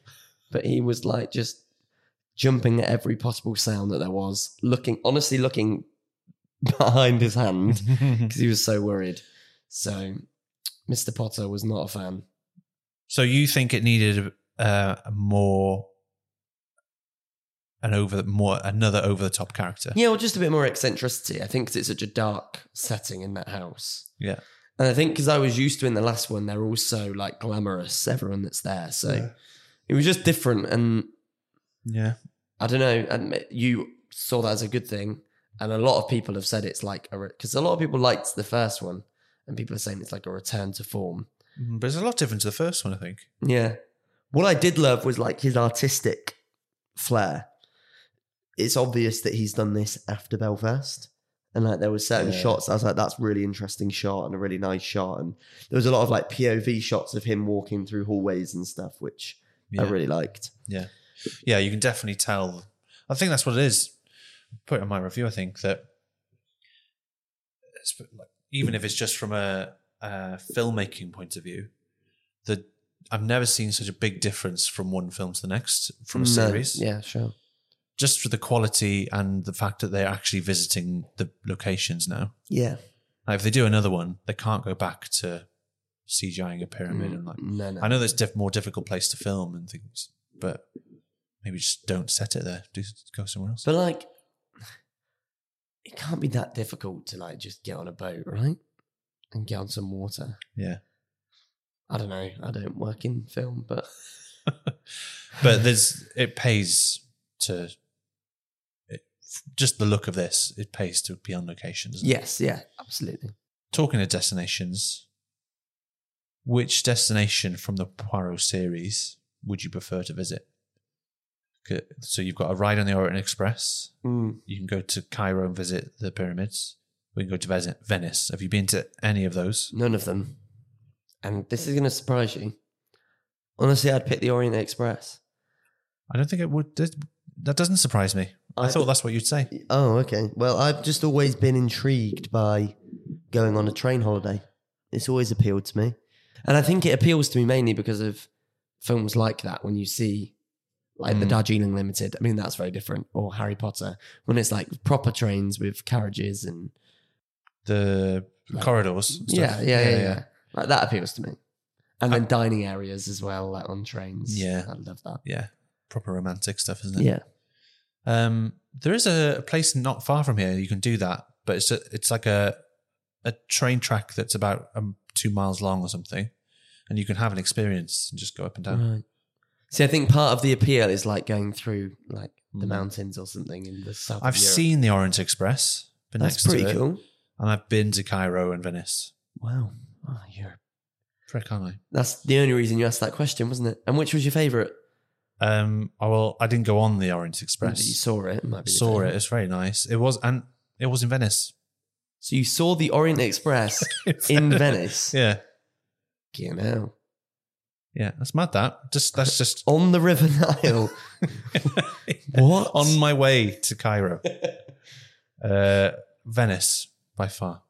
Speaker 2: but he was like just jumping at every possible sound that there was, looking, honestly, looking *laughs* behind his hand because he was so worried. So Mr. Potter was not a fan.
Speaker 1: *laughs* so you think it needed uh, a more an over more another over the top character?
Speaker 2: Yeah, well, just a bit more eccentricity, I think, because it's such a dark setting in that house.
Speaker 1: Yeah.
Speaker 2: And I think because I was used to in the last one, they're also like glamorous, everyone that's there. So
Speaker 1: Yeah.
Speaker 2: it was just different. And
Speaker 1: Yeah.
Speaker 2: I don't know, and you saw that as a good thing. And a lot of people have said it's like, because a lot of people liked the first one, and people are saying it's like a return to form.
Speaker 1: Mm, But it's a lot different to the first one, I think.
Speaker 2: Yeah. What I did love was like his artistic flair. It's obvious that he's done this after Belfast. And like there were certain
Speaker 1: Yeah.
Speaker 2: shots, I was like, that's a really interesting shot and a really nice shot. And there was a lot of like POV shots of him walking through hallways and stuff, which
Speaker 1: Yeah.
Speaker 2: I really liked.
Speaker 1: Yeah. yeah, you can definitely tell. I think that's what it is. Put it in my review. I think that it's- like, even if it's just from a, a filmmaking point of view, the I've never seen such a big difference from one film to the next from a
Speaker 2: Mm, No,
Speaker 1: series.
Speaker 2: Yeah, sure.
Speaker 1: Just for the quality and the fact that they're actually visiting the locations now.
Speaker 2: Yeah.
Speaker 1: Like if they do another one, they can't go back to CGIing a
Speaker 2: Mm.
Speaker 1: pyramid and like.
Speaker 2: no, no.
Speaker 1: I know there's diff- more difficult place to film and things, but maybe just don't set it there. Do go somewhere else.
Speaker 2: But like, it can't be that difficult to like just get on a boat, right? And get on some water.
Speaker 1: Yeah.
Speaker 2: I don't know. I don't work in film,
Speaker 1: *laughs*
Speaker 2: but
Speaker 1: But there's it pays to it, just the look of this. It pays to be on location. Doesn't it?
Speaker 2: yes, yeah, absolutely.
Speaker 1: Talking of destinations, which destination from the Poirot series would you prefer to visit? 'Kay, So you've got a ride on the Orient Express.
Speaker 2: Mm.
Speaker 1: You can go to Cairo and visit the pyramids. We can go to Ves- Venice. Have you been to any of those?
Speaker 2: None of them. And this is going to surprise you. Honestly, I'd pick the Orient Express.
Speaker 1: I don't think it would. That that doesn't surprise me. I, thought that's what you'd say.
Speaker 2: Oh, okay. Well, I've just always been intrigued by going on a train holiday. It's always appealed to me. And I think it appeals to me mainly because of films like that when you see like the
Speaker 1: Mm.
Speaker 2: Darjeeling Limited. I mean, that's very different. Or Harry Potter when it's like proper trains with carriages and
Speaker 1: The
Speaker 2: Like-
Speaker 1: corridors. and stuff.
Speaker 2: yeah, yeah, yeah, Uh, yeah, Like that appeals to me. And then dining areas as well, like on trains.
Speaker 1: Yeah.
Speaker 2: I love that.
Speaker 1: Yeah. Proper romantic stuff, isn't it?
Speaker 2: Yeah.
Speaker 1: Um, there is a place not far from here you can do that, but it's a, it's like a a train track that's about um, two miles long or something, and you can have an experience and just go up and down.
Speaker 2: Right. See, I think part of the appeal is like going through like the
Speaker 1: Mm.
Speaker 2: mountains or something in the south. of
Speaker 1: I've
Speaker 2: Europe.
Speaker 1: seen the Orient Express, but
Speaker 2: That's
Speaker 1: next to
Speaker 2: pretty
Speaker 1: it,
Speaker 2: cool.
Speaker 1: and I've been to Cairo and Venice.
Speaker 2: Wow. Oh, you're...
Speaker 1: Frick, aren't
Speaker 2: That's the only reason you asked that question, wasn't it? And which was your favourite?
Speaker 1: I? Um, I well, I didn't go on the Orient Express.
Speaker 2: You saw it. might be your
Speaker 1: saw it.
Speaker 2: favourite.
Speaker 1: It's very nice. It was, and it was in Venice.
Speaker 2: So you saw the Orient
Speaker 1: *laughs*
Speaker 2: Express in Venice.
Speaker 1: Yeah,
Speaker 2: You know,
Speaker 1: yeah. That's mad. That just that's just *laughs*
Speaker 2: on the River Nile. *laughs* what?
Speaker 1: on my way to Cairo. Uh, Venice by far,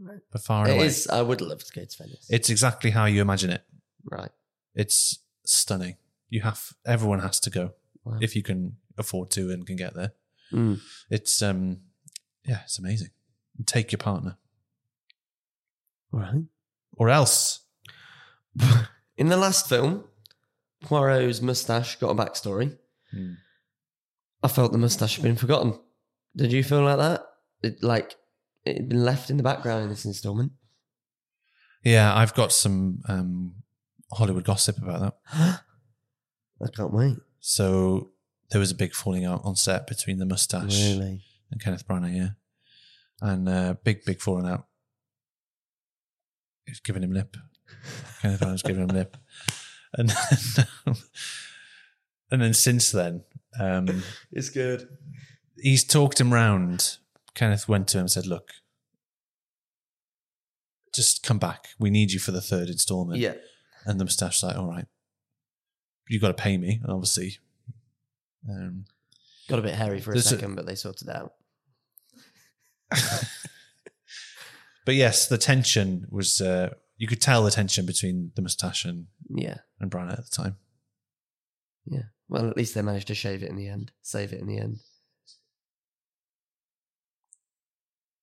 Speaker 2: Right.
Speaker 1: by *laughs* far and
Speaker 2: It
Speaker 1: away.
Speaker 2: is. I would love to go to Venice.
Speaker 1: It's exactly how you imagine it.
Speaker 2: right.
Speaker 1: It's stunning. You have everyone has to go
Speaker 2: Wow.
Speaker 1: if you can afford to and can get there.
Speaker 2: Mm.
Speaker 1: It's um, yeah, it's amazing. Take your partner
Speaker 2: Right.
Speaker 1: or else.
Speaker 2: In the last film, Poirot's mustache got a backstory.
Speaker 1: Hmm.
Speaker 2: I felt the mustache had been forgotten. Did you feel like that? It, like it had been left in the background in this instalment.
Speaker 1: Yeah, I've got some um, Hollywood gossip about that.
Speaker 2: I can't wait.
Speaker 1: So there was a big falling out on set between the mustache
Speaker 2: Really?
Speaker 1: and Kenneth Branagh, yeah. And uh, big, big falling out. He's giving him lip. Kenneth Branagh's giving him lip. And then, *laughs* um, and then since then, um,
Speaker 2: It's good.
Speaker 1: he's talked him round. Kenneth went to him and said, Look, just come back. We need you for the third installment.
Speaker 2: Yeah.
Speaker 1: And the mustache's like, all right, you've got to pay me, obviously. Um,
Speaker 2: Got a bit hairy for a
Speaker 1: There's a-
Speaker 2: second, but they sorted it out.
Speaker 1: but yes, the tension was, uh, you could tell the tension between the mustache and,
Speaker 2: Yeah.
Speaker 1: and Branagh at the time. *laughs*
Speaker 2: Well, at least they managed to shave it in the end. Save it in the end.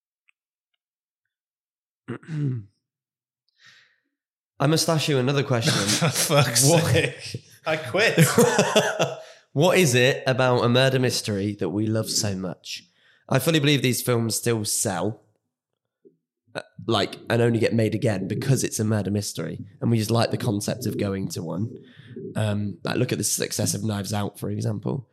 Speaker 2: *clears throat* I must ask you another question.
Speaker 1: *laughs* fuck's
Speaker 2: What?
Speaker 1: sake. I quit.
Speaker 2: *laughs* what is it about a murder mystery that we love so much? I fully believe these films still sell, uh, like, and only get made again because it's a murder mystery, and we just like the concept of going to one. Um, like, look at the success of Knives Out, for example.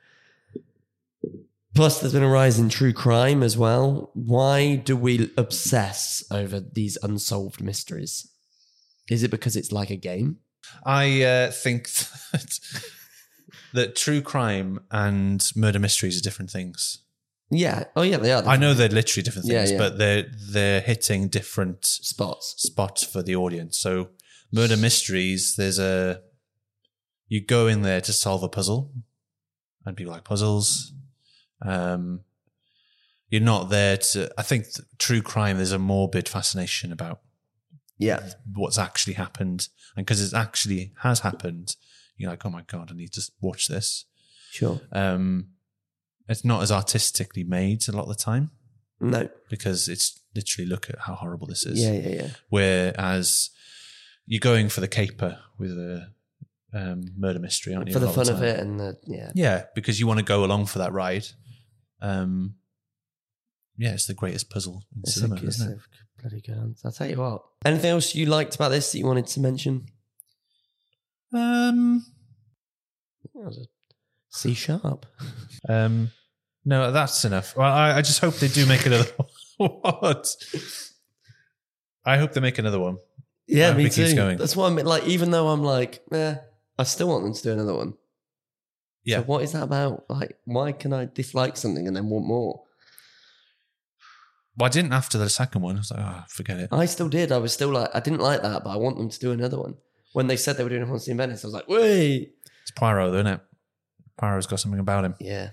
Speaker 2: Plus, there's been a rise in true crime as well. Why do we obsess over these unsolved mysteries? Is it because it's like a game?
Speaker 1: *laughs* I uh, think that, that true crime and murder mysteries are different things.
Speaker 2: Yeah. Oh, yeah, they are.
Speaker 1: I know they're literally different
Speaker 2: Yeah,
Speaker 1: things,
Speaker 2: yeah.
Speaker 1: but they're, they're hitting different
Speaker 2: spots.
Speaker 1: spot for the audience. So murder mysteries, there's a you go in there to solve a puzzle and people like puzzles. Um, you're not there to. I think th- true crime. There's a morbid fascination about
Speaker 2: Yeah.
Speaker 1: what's actually happened, and because it actually has happened, you're like, oh my god, I need to s- watch this.
Speaker 2: Sure.
Speaker 1: Um, it's not as artistically made a lot of the time
Speaker 2: No.
Speaker 1: because it's literally look at how horrible this is.
Speaker 2: Yeah, yeah, yeah.
Speaker 1: Whereas you're going for the caper with a um, murder mystery, aren't you?
Speaker 2: For
Speaker 1: a
Speaker 2: the
Speaker 1: lot
Speaker 2: fun of
Speaker 1: time?
Speaker 2: it and the yeah.
Speaker 1: Yeah, because you want to go along for that ride. Um, yeah, it's the greatest puzzle in
Speaker 2: It's
Speaker 1: cinema,
Speaker 2: a, good-
Speaker 1: isn't it?
Speaker 2: it's a bloody good answer. I'll tell you what. Anything else you liked about this that you wanted to mention?
Speaker 1: Um,
Speaker 2: That was a C sharp.
Speaker 1: um, no, that's enough. Well, I, I just hope they do make another *laughs* one. what? I hope they make another one.
Speaker 2: Yeah,
Speaker 1: Hope
Speaker 2: me
Speaker 1: it keeps
Speaker 2: too.
Speaker 1: going.
Speaker 2: That's what I'm like. Even though I'm like, eh, I still want them to do another one.
Speaker 1: Yeah.
Speaker 2: So what is that about? Like, why can I dislike something and then want more?
Speaker 1: Well, I didn't after the second one. I was like, oh, forget it.
Speaker 2: I still did. I was still like, I didn't like that, but I want them to do another one. When they said they were doing Haunting in Venice, I was like, wait.
Speaker 1: It's Poirot, though, isn't it? Poirot's got something about him.
Speaker 2: Yeah.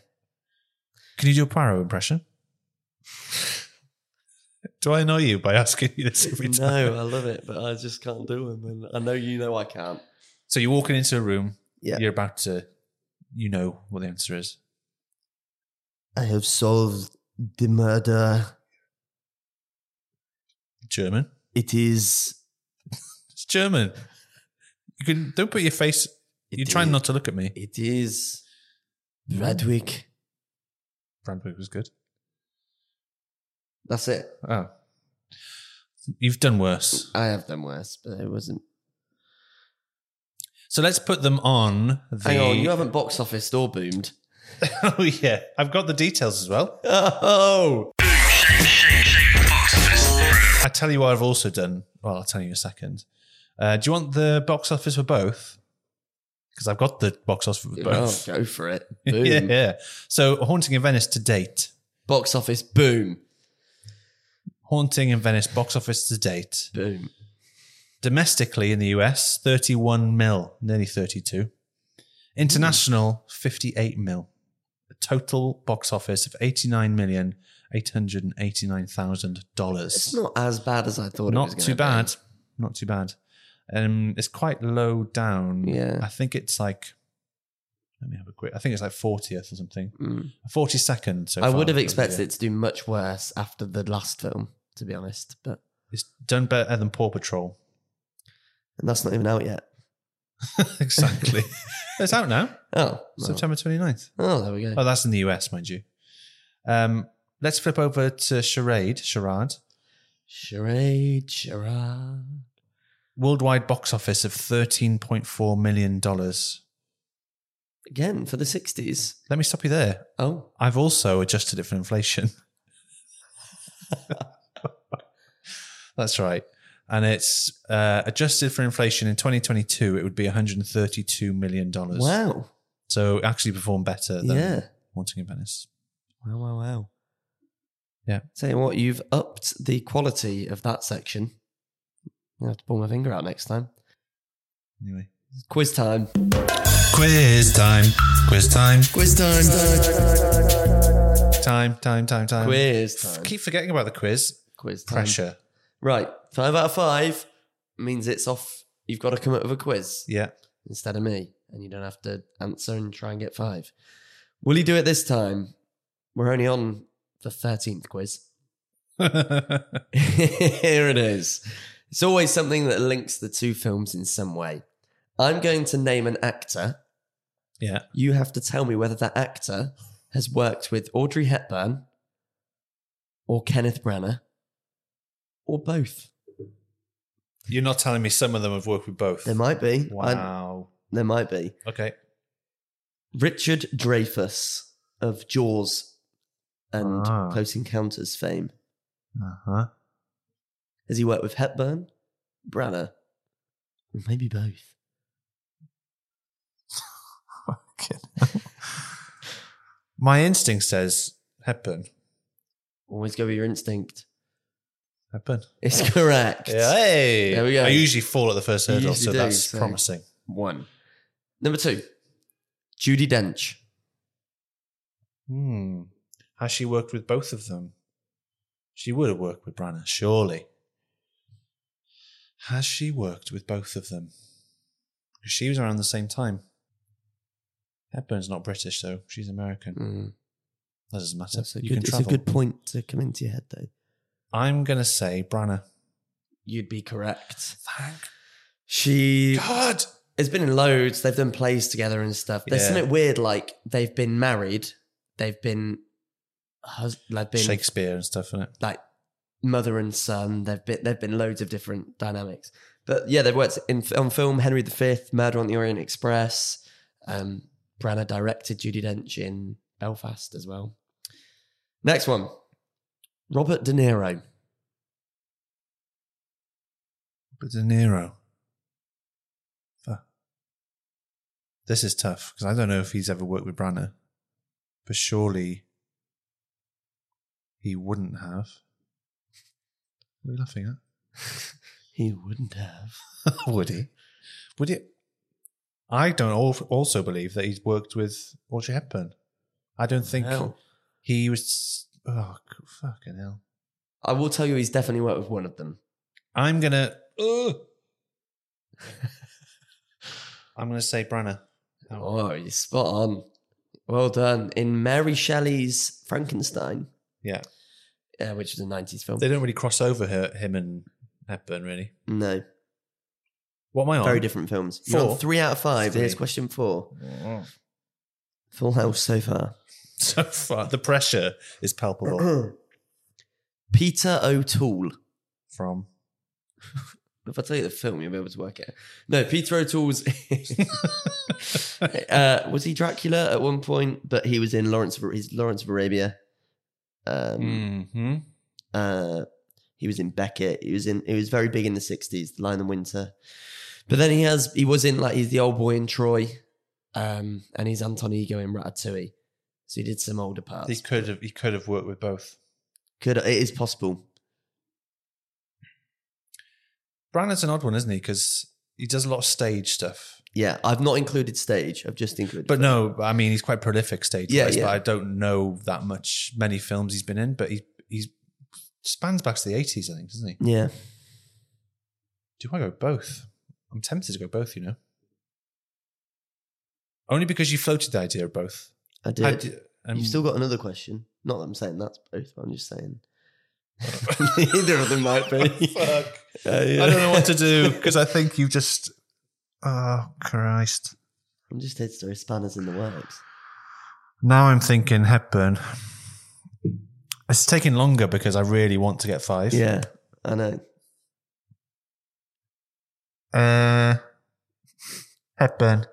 Speaker 1: Can you do a Poirot impression? do I annoy you by asking you this *laughs* every time?
Speaker 2: No, uh, I love it, but I just can't do them. And I know you know I can't.
Speaker 1: So you're walking into a room.
Speaker 2: Yeah.
Speaker 1: You're about to, you know what the answer is.
Speaker 2: I have solved the murder.
Speaker 1: German.
Speaker 2: It is.
Speaker 1: It's German. You can don't put your face. You're trying not to look at me.
Speaker 2: It is Radwick.
Speaker 1: Brandwick was good.
Speaker 2: That's it.
Speaker 1: Oh, you've done worse.
Speaker 2: I have done worse, but it wasn't.
Speaker 1: So let's put them on. The,
Speaker 2: Hang on, you haven't box office or boomed.
Speaker 1: *laughs* oh yeah, I've got the details as well.
Speaker 2: *laughs* Oh,
Speaker 1: I tell you what I've also done. Well, I'll tell you in a second. Uh, do you want the box office for both? Because I've got the box office for both.
Speaker 2: go for it. Oh,
Speaker 1: *laughs*
Speaker 2: Boom.
Speaker 1: yeah, yeah. So, Haunting in Venice to date.
Speaker 2: Box office, boom,
Speaker 1: Haunting in Venice box office to date.
Speaker 2: boom.
Speaker 1: Domestically in the US, 31 mil, nearly 32. International, 58 mil. A total box office of
Speaker 2: It's
Speaker 1: $89,889,000.
Speaker 2: not as bad as I thought. it was
Speaker 1: Not
Speaker 2: gonna
Speaker 1: too
Speaker 2: be.
Speaker 1: bad. Not too bad. Um, it's quite low down.
Speaker 2: Yeah.
Speaker 1: I think it's like, let me have a quick, I think it's like 40th or something.
Speaker 2: Mm.
Speaker 1: 42nd. So
Speaker 2: I
Speaker 1: far
Speaker 2: would have
Speaker 1: for the
Speaker 2: expected
Speaker 1: year.
Speaker 2: it to do much worse after the last film, to be honest. But
Speaker 1: It's done better than Paw Patrol. *laughs*
Speaker 2: and that's not even out yet. *laughs*
Speaker 1: exactly. it's out now,
Speaker 2: Oh, well.
Speaker 1: September 29th.
Speaker 2: oh, there we go.
Speaker 1: Oh, that's in the US, mind you. Um, let's flip over to Charade, Charade.
Speaker 2: Charade, charade.
Speaker 1: Worldwide box office of $13.4 million. Let
Speaker 2: Again for the sixties.
Speaker 1: me stop you there.
Speaker 2: Oh,
Speaker 1: I've also adjusted it for inflation. *laughs* that's right. And it's uh, adjusted for inflation in 2022, it would be $132 million.
Speaker 2: wow.
Speaker 1: So it actually performed better than
Speaker 2: Yeah.
Speaker 1: Haunting in Venice.
Speaker 2: Wow, wow, wow.
Speaker 1: Yeah.
Speaker 2: Tell you what, you've upped the quality of that section. I have to pull my finger out next time.
Speaker 1: Anyway.
Speaker 2: Quiz time.
Speaker 1: Quiz time. Quiz time.
Speaker 2: Quiz time.
Speaker 1: Time, time, time, time.
Speaker 2: Quiz
Speaker 1: F-
Speaker 2: time.
Speaker 1: Keep forgetting about the quiz.
Speaker 2: Quiz time.
Speaker 1: Pressure.
Speaker 2: Right. Five out of five means it's off. You've got to come up with a quiz
Speaker 1: Yeah. *laughs*
Speaker 2: instead of me, and you don't have to answer and try and get five. Will you do it this time? We're only on the 13th quiz. *laughs* Here it is. It's always something that links the two films in some way. I'm going to name an actor.
Speaker 1: yeah.
Speaker 2: You have to tell me whether that actor has worked with Audrey Hepburn or Kenneth Branagh or both.
Speaker 1: You're not telling me some of them have worked with both.
Speaker 2: There might be. I-
Speaker 1: Wow.
Speaker 2: there might be.
Speaker 1: okay.
Speaker 2: Richard Dreyfuss of Jaws and
Speaker 1: Ah.
Speaker 2: Close Encounters fame.
Speaker 1: Uh
Speaker 2: Uh-huh.
Speaker 1: huh.
Speaker 2: Has he worked with Hepburn, Branagh, or maybe both?
Speaker 1: My instinct says Hepburn.
Speaker 2: Always go with your instinct.
Speaker 1: Hepburn.
Speaker 2: It's correct.
Speaker 1: Hey.
Speaker 2: There we go.
Speaker 1: I usually fall at the first
Speaker 2: You
Speaker 1: hurdle,
Speaker 2: usually
Speaker 1: so
Speaker 2: do,
Speaker 1: that's
Speaker 2: so-
Speaker 1: promising.
Speaker 2: One. Number two, Judy Dench.
Speaker 1: Hmm. Has she worked with both of them? She would have worked with Branagh, surely. Has she worked with both of them? Because she was around the same time. Hepburn's not British, though. She's American.
Speaker 2: Mm.
Speaker 1: That doesn't matter.
Speaker 2: That's a
Speaker 1: you
Speaker 2: good,
Speaker 1: can
Speaker 2: it's a
Speaker 1: travel.
Speaker 2: good point to come into your head, though.
Speaker 1: I'm going to say Branagh.
Speaker 2: You'd be correct.
Speaker 1: Thank
Speaker 2: She
Speaker 1: God!
Speaker 2: has been in loads. They've done plays together and stuff. There's
Speaker 1: Yeah.
Speaker 2: something weird, like they've been married, they've been, hus- they've been
Speaker 1: Shakespeare and stuff, isn't it?
Speaker 2: like mother and son. They've been they've been loads of different dynamics. But yeah, they worked in on film Henry V, Murder on the Orient Express. Um, Branagh directed Judy Dench in Belfast as well. Next one, Robert De Niro.
Speaker 1: But De Niro. Fuck. This is tough because I don't know if he's ever worked with Branagh, but surely he wouldn't have. What are you laughing at?
Speaker 2: He wouldn't have.
Speaker 1: *laughs* Would he? Would it? I don't al- also believe that he's worked with Audrey Hepburn. I don't think
Speaker 2: Hell.
Speaker 1: he was. Oh, c- fucking hell.
Speaker 2: I will tell you, he's definitely worked with one of them.
Speaker 1: I'm gonna. Ugh. *laughs* I'm gonna say Branagh.
Speaker 2: Oh, you're spot on. Well done. In Mary Shelley's Frankenstein.
Speaker 1: Yeah.
Speaker 2: Uh, which is a 90s film.
Speaker 1: They don't really cross over her, him and Hepburn, really.
Speaker 2: No,
Speaker 1: What am I on?
Speaker 2: very different films. You're on
Speaker 1: Four.
Speaker 2: three out of five.
Speaker 1: Three.
Speaker 2: Here's question four.
Speaker 1: different.
Speaker 2: Full house so far.
Speaker 1: *laughs* So far, the pressure is palpable
Speaker 2: *clears throat* Peter O'Toole. *laughs*
Speaker 1: from.
Speaker 2: If I tell you the film, you'll be able to work it. out. No, Peter O'Toole's. *laughs* uh, was he Dracula at one point? But he was in Lawrence. of- He's Lawrence of Arabia. Um,
Speaker 1: Mm-hmm.
Speaker 2: uh, he was in Beckett. He was in. He was very big in the sixties. The Lion and Winter. But then he has. He was in like he's the old boy in Troy, um, and he's Anton Ego in Ratatouille. So he did some older parts.
Speaker 1: He could have. He could have worked with both.
Speaker 2: Could it is possible?
Speaker 1: Branagh's an odd one, isn't he? Because he does a lot of stage stuff.
Speaker 2: Yeah, I've not included stage. I've just included.
Speaker 1: But no, I mean he's quite prolific stage
Speaker 2: Yeah,
Speaker 1: wise.
Speaker 2: yeah.
Speaker 1: But I don't know that much many films he's been in. But he he's spans back to the eighties, I think, doesn't he?
Speaker 2: Yeah.
Speaker 1: Do I go both? I'm tempted to go both. You know, only because you floated the idea of both.
Speaker 2: I
Speaker 1: How
Speaker 2: did.
Speaker 1: do- um, *laughs*
Speaker 2: You've still got another question. Not that I'm saying that's both. I'm just saying *laughs* neither of them might
Speaker 1: *laughs*
Speaker 2: be.
Speaker 1: Fuck.
Speaker 2: Uh, *laughs* yeah.
Speaker 1: I don't know what to do *laughs* because I think you've just. Oh Christ!
Speaker 2: *laughs* I'm just here to throw spanners in the works.
Speaker 1: Now I'm thinking Hepburn. It's taking longer because I really want to get five.
Speaker 2: Yeah, I know.
Speaker 1: Uh, Hepburn.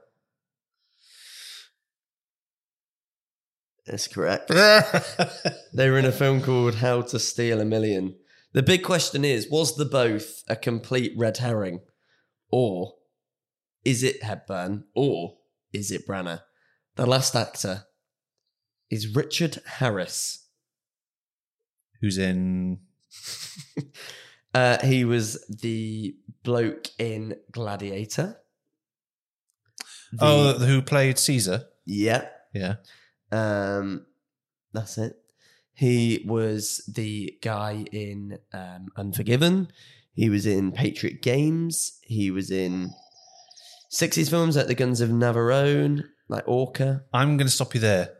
Speaker 2: That's correct. They were in a film called How to Steal a Million. The big question is: Was the both a complete red herring, or is it Hepburn, or is it Branagh? The last actor is Richard Harris.
Speaker 1: Who's in?
Speaker 2: Uh, he was the bloke in Gladiator. The-
Speaker 1: Oh, who played Caesar?
Speaker 2: yeah.
Speaker 1: Yeah.
Speaker 2: Um, that's it. He was the guy in um, Unforgiven. He was in Patriot Games. He was in 60s films like The Guns of Navarone, like Orca.
Speaker 1: I'm going to stop you there.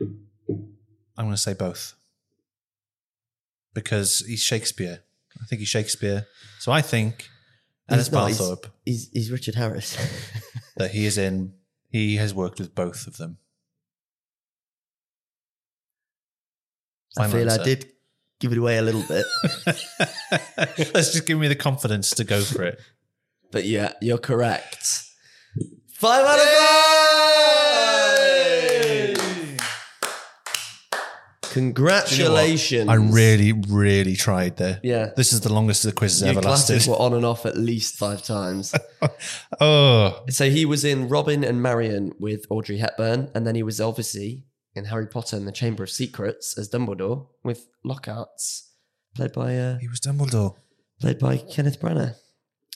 Speaker 1: I'm going to say both because he's Shakespeare. I think he's Shakespeare. So I think
Speaker 2: He's
Speaker 1: Ennis
Speaker 2: not, he's-
Speaker 1: Barthorpe
Speaker 2: He's, he's Richard Harris. *laughs*
Speaker 1: that he is in. He has worked with both of them.
Speaker 2: I
Speaker 1: Final
Speaker 2: feel I
Speaker 1: answer.
Speaker 2: did give it away a little bit.
Speaker 1: *laughs* That's just giving me the confidence to go for it.
Speaker 2: But yeah, you're correct. Five out of five! Congratulations.
Speaker 1: I really, really tried there.
Speaker 2: Yeah.
Speaker 1: This is the longest the quiz has
Speaker 2: Your
Speaker 1: ever
Speaker 2: glasses
Speaker 1: lasted.
Speaker 2: were on and off at least five times.
Speaker 1: *laughs* Oh,
Speaker 2: so he was in Robin and Marion with Audrey Hepburn, and then he was obviously in Harry Potter and the Chamber of Secrets as Dumbledore with Lockhart's, played by uh,
Speaker 1: he was Dumbledore.
Speaker 2: played by Kenneth Branagh.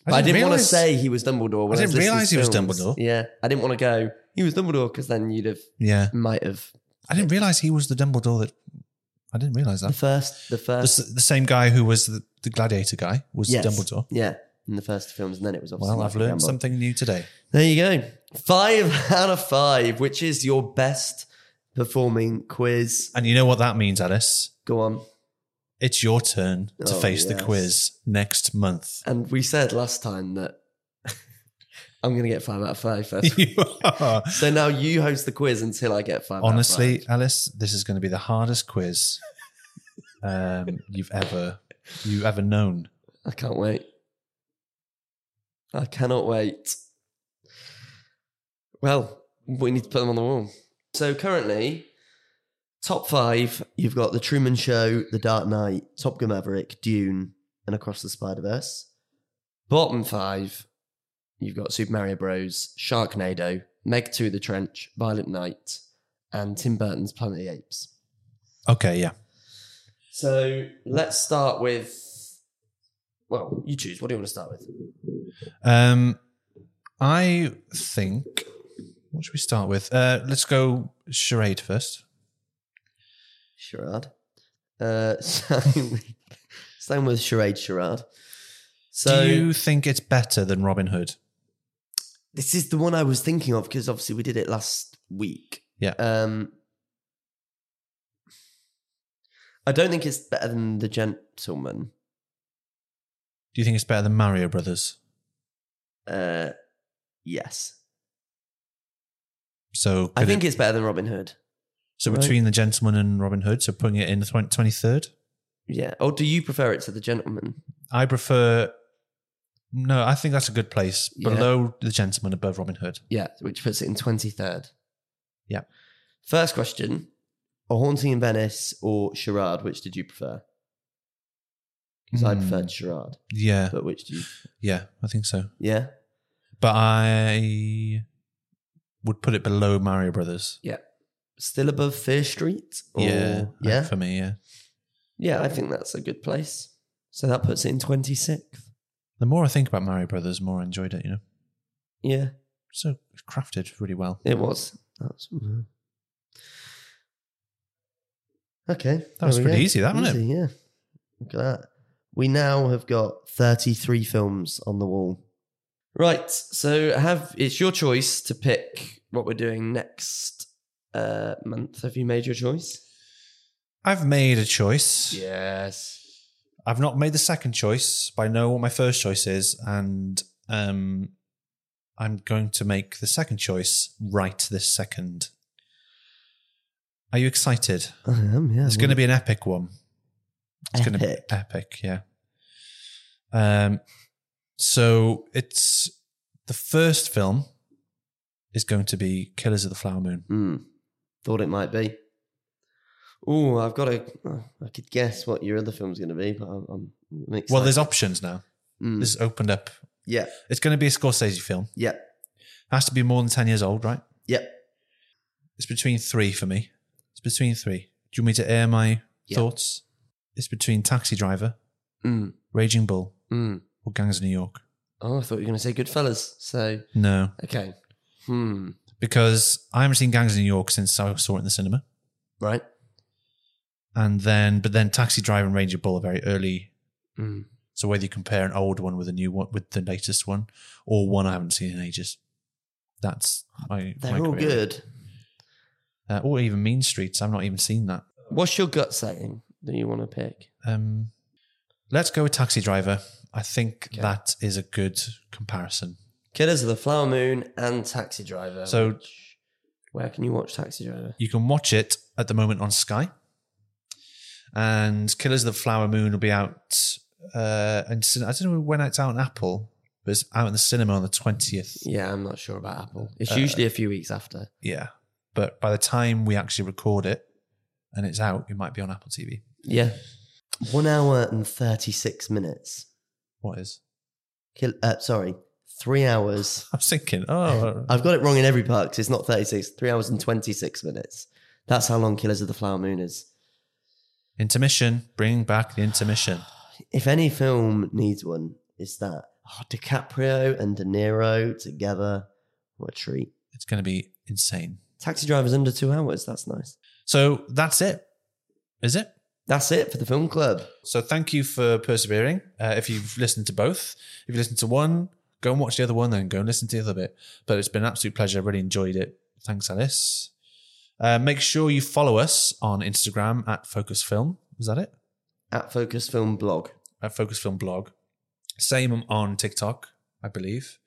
Speaker 2: But I didn't, want to
Speaker 1: realise-
Speaker 2: say he was Dumbledore. When
Speaker 1: I
Speaker 2: I, was
Speaker 1: didn't realise
Speaker 2: listening to
Speaker 1: he was
Speaker 2: films.
Speaker 1: Dumbledore.
Speaker 2: Yeah, I didn't want to go. He was Dumbledore because then you'd have
Speaker 1: Yeah.
Speaker 2: might have
Speaker 1: I didn't realize he was the Dumbledore that. I didn't realize
Speaker 2: The
Speaker 1: that.
Speaker 2: first, the
Speaker 1: The,
Speaker 2: first,
Speaker 1: s- the same guy who was the, the gladiator guy was
Speaker 2: Yes.
Speaker 1: Dumbledore.
Speaker 2: yeah, in the first films, and then it was obviously.
Speaker 1: Well, I've
Speaker 2: Michael
Speaker 1: learned
Speaker 2: Gambon.
Speaker 1: something new today.
Speaker 2: There you go. Five *laughs* out of five, which is your best performing quiz.
Speaker 1: And you know what that means, Alice?
Speaker 2: Go on.
Speaker 1: It's your turn to
Speaker 2: Oh,
Speaker 1: face
Speaker 2: yes.
Speaker 1: the quiz next month.
Speaker 2: And we said last time that *laughs* I'm going to get five out of five
Speaker 1: *laughs*
Speaker 2: first.
Speaker 1: you are.
Speaker 2: so now you host the quiz until I get five. out of
Speaker 1: Honestly,
Speaker 2: five.
Speaker 1: Alice, this is going to be the hardest quiz um, *laughs* you've ever you ever known.
Speaker 2: I can't wait. I cannot wait. Well, we need to put them on the wall. So currently, top five, you've got The Truman Show, The Dark Knight, Top Gun Maverick, Dune, and Across the Spider Verse. Bottom five, you've got Super Mario Bros, Sharknado, Meg 2 The Trench, Violent Night, and Tim Burton's Planet of the Apes.
Speaker 1: Okay, yeah.
Speaker 2: So let's start with. Well, you choose. What do you want to start with?
Speaker 1: Um, I think what should we start with? Uh, let's go charade first.
Speaker 2: Charade. Uh, *laughs* starting, with, starting with charade, charade. So
Speaker 1: Do you think it's better than Robin Hood?
Speaker 2: this is the one I was thinking of because obviously we did it last week.
Speaker 1: Yeah.
Speaker 2: Um, I don't think it's better than the gentleman.
Speaker 1: Do you think it's better than Mario Brothers?
Speaker 2: Uh, yes,
Speaker 1: So
Speaker 2: I
Speaker 1: could
Speaker 2: think
Speaker 1: it,
Speaker 2: it's better than Robin Hood.
Speaker 1: so
Speaker 2: right.
Speaker 1: between the gentleman and Robin Hood, so putting it in the twenty third.
Speaker 2: Yeah. Or do you prefer it to the gentleman?
Speaker 1: I prefer. No, I think that's a good place.
Speaker 2: Yeah.
Speaker 1: Below the gentleman, above Robin Hood.
Speaker 2: Yeah, which puts it in 23rd.
Speaker 1: Yeah.
Speaker 2: First question A Haunting in Venice or Charade, which did you prefer? Because I
Speaker 1: Hmm.
Speaker 2: preferred Charade,
Speaker 1: Yeah,
Speaker 2: but which do you?
Speaker 1: yeah, I think so.
Speaker 2: Yeah.
Speaker 1: But I would put it below Mario Brothers.
Speaker 2: Still above Fear Street? Or,
Speaker 1: yeah,
Speaker 2: Yeah.
Speaker 1: for me, yeah.
Speaker 2: yeah, I think that's a good place. So that puts it in 26th.
Speaker 1: The more I think about Mario Brothers, the more I enjoyed it. You know,
Speaker 2: Yeah,
Speaker 1: so crafted really well.
Speaker 2: it was. That was okay. there
Speaker 1: was
Speaker 2: we
Speaker 1: pretty
Speaker 2: go.
Speaker 1: easy, that, wasn't it?
Speaker 2: Easy, Yeah. Look at that. We now have got 33 films on the wall. Right. So have it's your choice to pick what we're doing next uh, month. Have you made your choice?
Speaker 1: I've made a choice.
Speaker 2: Yes.
Speaker 1: I've not made the second choice, but I know what my first choice is, and um, I'm going to make the second choice right this second. Are you excited?
Speaker 2: I am, yeah.
Speaker 1: It's going to be an epic one. It's going to be
Speaker 2: Epic.
Speaker 1: epic, yeah. Um, so it's the first film is going to be Killers of the Flower Moon.
Speaker 2: Hmm. Thought it might be. Oh, I've got a. I could guess what your other film's going to be, but I'm, I'm excited.
Speaker 1: Well, there's options now.
Speaker 2: Hmm.
Speaker 1: This has opened up.
Speaker 2: yeah,
Speaker 1: It's going to be a Scorsese film.
Speaker 2: yeah,
Speaker 1: Has to be more than ten years old, right?
Speaker 2: yeah.
Speaker 1: It's between three for me. It's between three. Do you want me to air my
Speaker 2: Yeah.
Speaker 1: thoughts? It's between Taxi Driver,
Speaker 2: Mm,
Speaker 1: Raging Bull,
Speaker 2: mm.
Speaker 1: or Gangs of New York.
Speaker 2: Oh, I thought you were going to say Goodfellas. So
Speaker 1: No,
Speaker 2: okay. Hmm.
Speaker 1: because I haven't seen Gangs of New York since I saw it in the cinema.
Speaker 2: Right.
Speaker 1: and then but then Taxi Driver and Ranger Bull are very early.
Speaker 2: Mm.
Speaker 1: So whether you compare an old one with a new one with the latest one, or one I haven't seen in ages, that's my.
Speaker 2: They're
Speaker 1: my
Speaker 2: all
Speaker 1: career.
Speaker 2: good.
Speaker 1: uh, or even Mean Streets. I've not even seen that.
Speaker 2: What's your gut saying that you want to pick?
Speaker 1: Um, let's go with Taxi Driver. I think
Speaker 2: Okay.
Speaker 1: that is a good comparison.
Speaker 2: Killers of the Flower Moon and Taxi Driver.
Speaker 1: So-
Speaker 2: which- where can you watch Taxi Driver?
Speaker 1: You can watch it at the moment on Sky, and Killers of the Flower Moon will be out. Uh, and I don't know when it's out on Apple, but it's out in the cinema on the twentieth
Speaker 2: Yeah, I'm not sure about Apple. It's
Speaker 1: Uh,
Speaker 2: usually a few weeks after.
Speaker 1: Yeah. But by the time we actually record it and it's out, it might be on Apple TV.
Speaker 2: Yeah. One hour and 36 minutes.
Speaker 1: What is? *laughs*
Speaker 2: Kill, uh, sorry, three hours.
Speaker 1: I was thinking, oh,
Speaker 2: I've got it wrong in every part 'cause it's not 36, three hours and 26 minutes. That's how long Killers of the Flower Moon is.
Speaker 1: intermission, bring back the intermission.
Speaker 2: If any film needs one, it's that. Oh, DiCaprio and De Niro together. What a treat.
Speaker 1: It's going to be insane.
Speaker 2: Taxi Driver's under two hours. That's nice.
Speaker 1: So that's it, is it?
Speaker 2: That's it for the film club.
Speaker 1: So thank you for persevering. Uh, if you've listened to both, if you listened to one, go and watch the other one, then go and listen to the other bit. But it's been an absolute pleasure. I really enjoyed it. Thanks, Alice. Uh, make sure you follow us on Instagram at Focus Film. Is that it?
Speaker 2: At Focus Film Blog.
Speaker 1: At Focus Film Blog. Same on TikTok, I believe.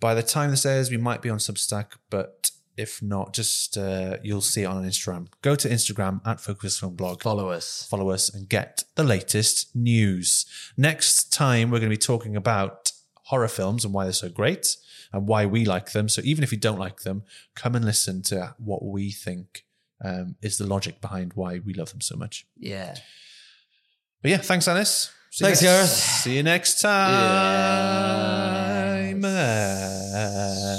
Speaker 1: By the time this airs, we might be on Substack, but if not, just uh, you'll see it on Instagram. Go to Instagram at Focus Film Blog
Speaker 2: Follow us.
Speaker 1: follow us and get the latest news. Next time, we're going to be talking about horror films and why they're so great and why we like them. So even if you don't like them, come and listen to what we think um, is the logic behind why we love them so much.
Speaker 2: Yeah.
Speaker 1: But yeah, thanks, Anis. See you
Speaker 2: Thanks,
Speaker 1: next-
Speaker 2: Gareth.
Speaker 1: See you next time.
Speaker 2: Yes.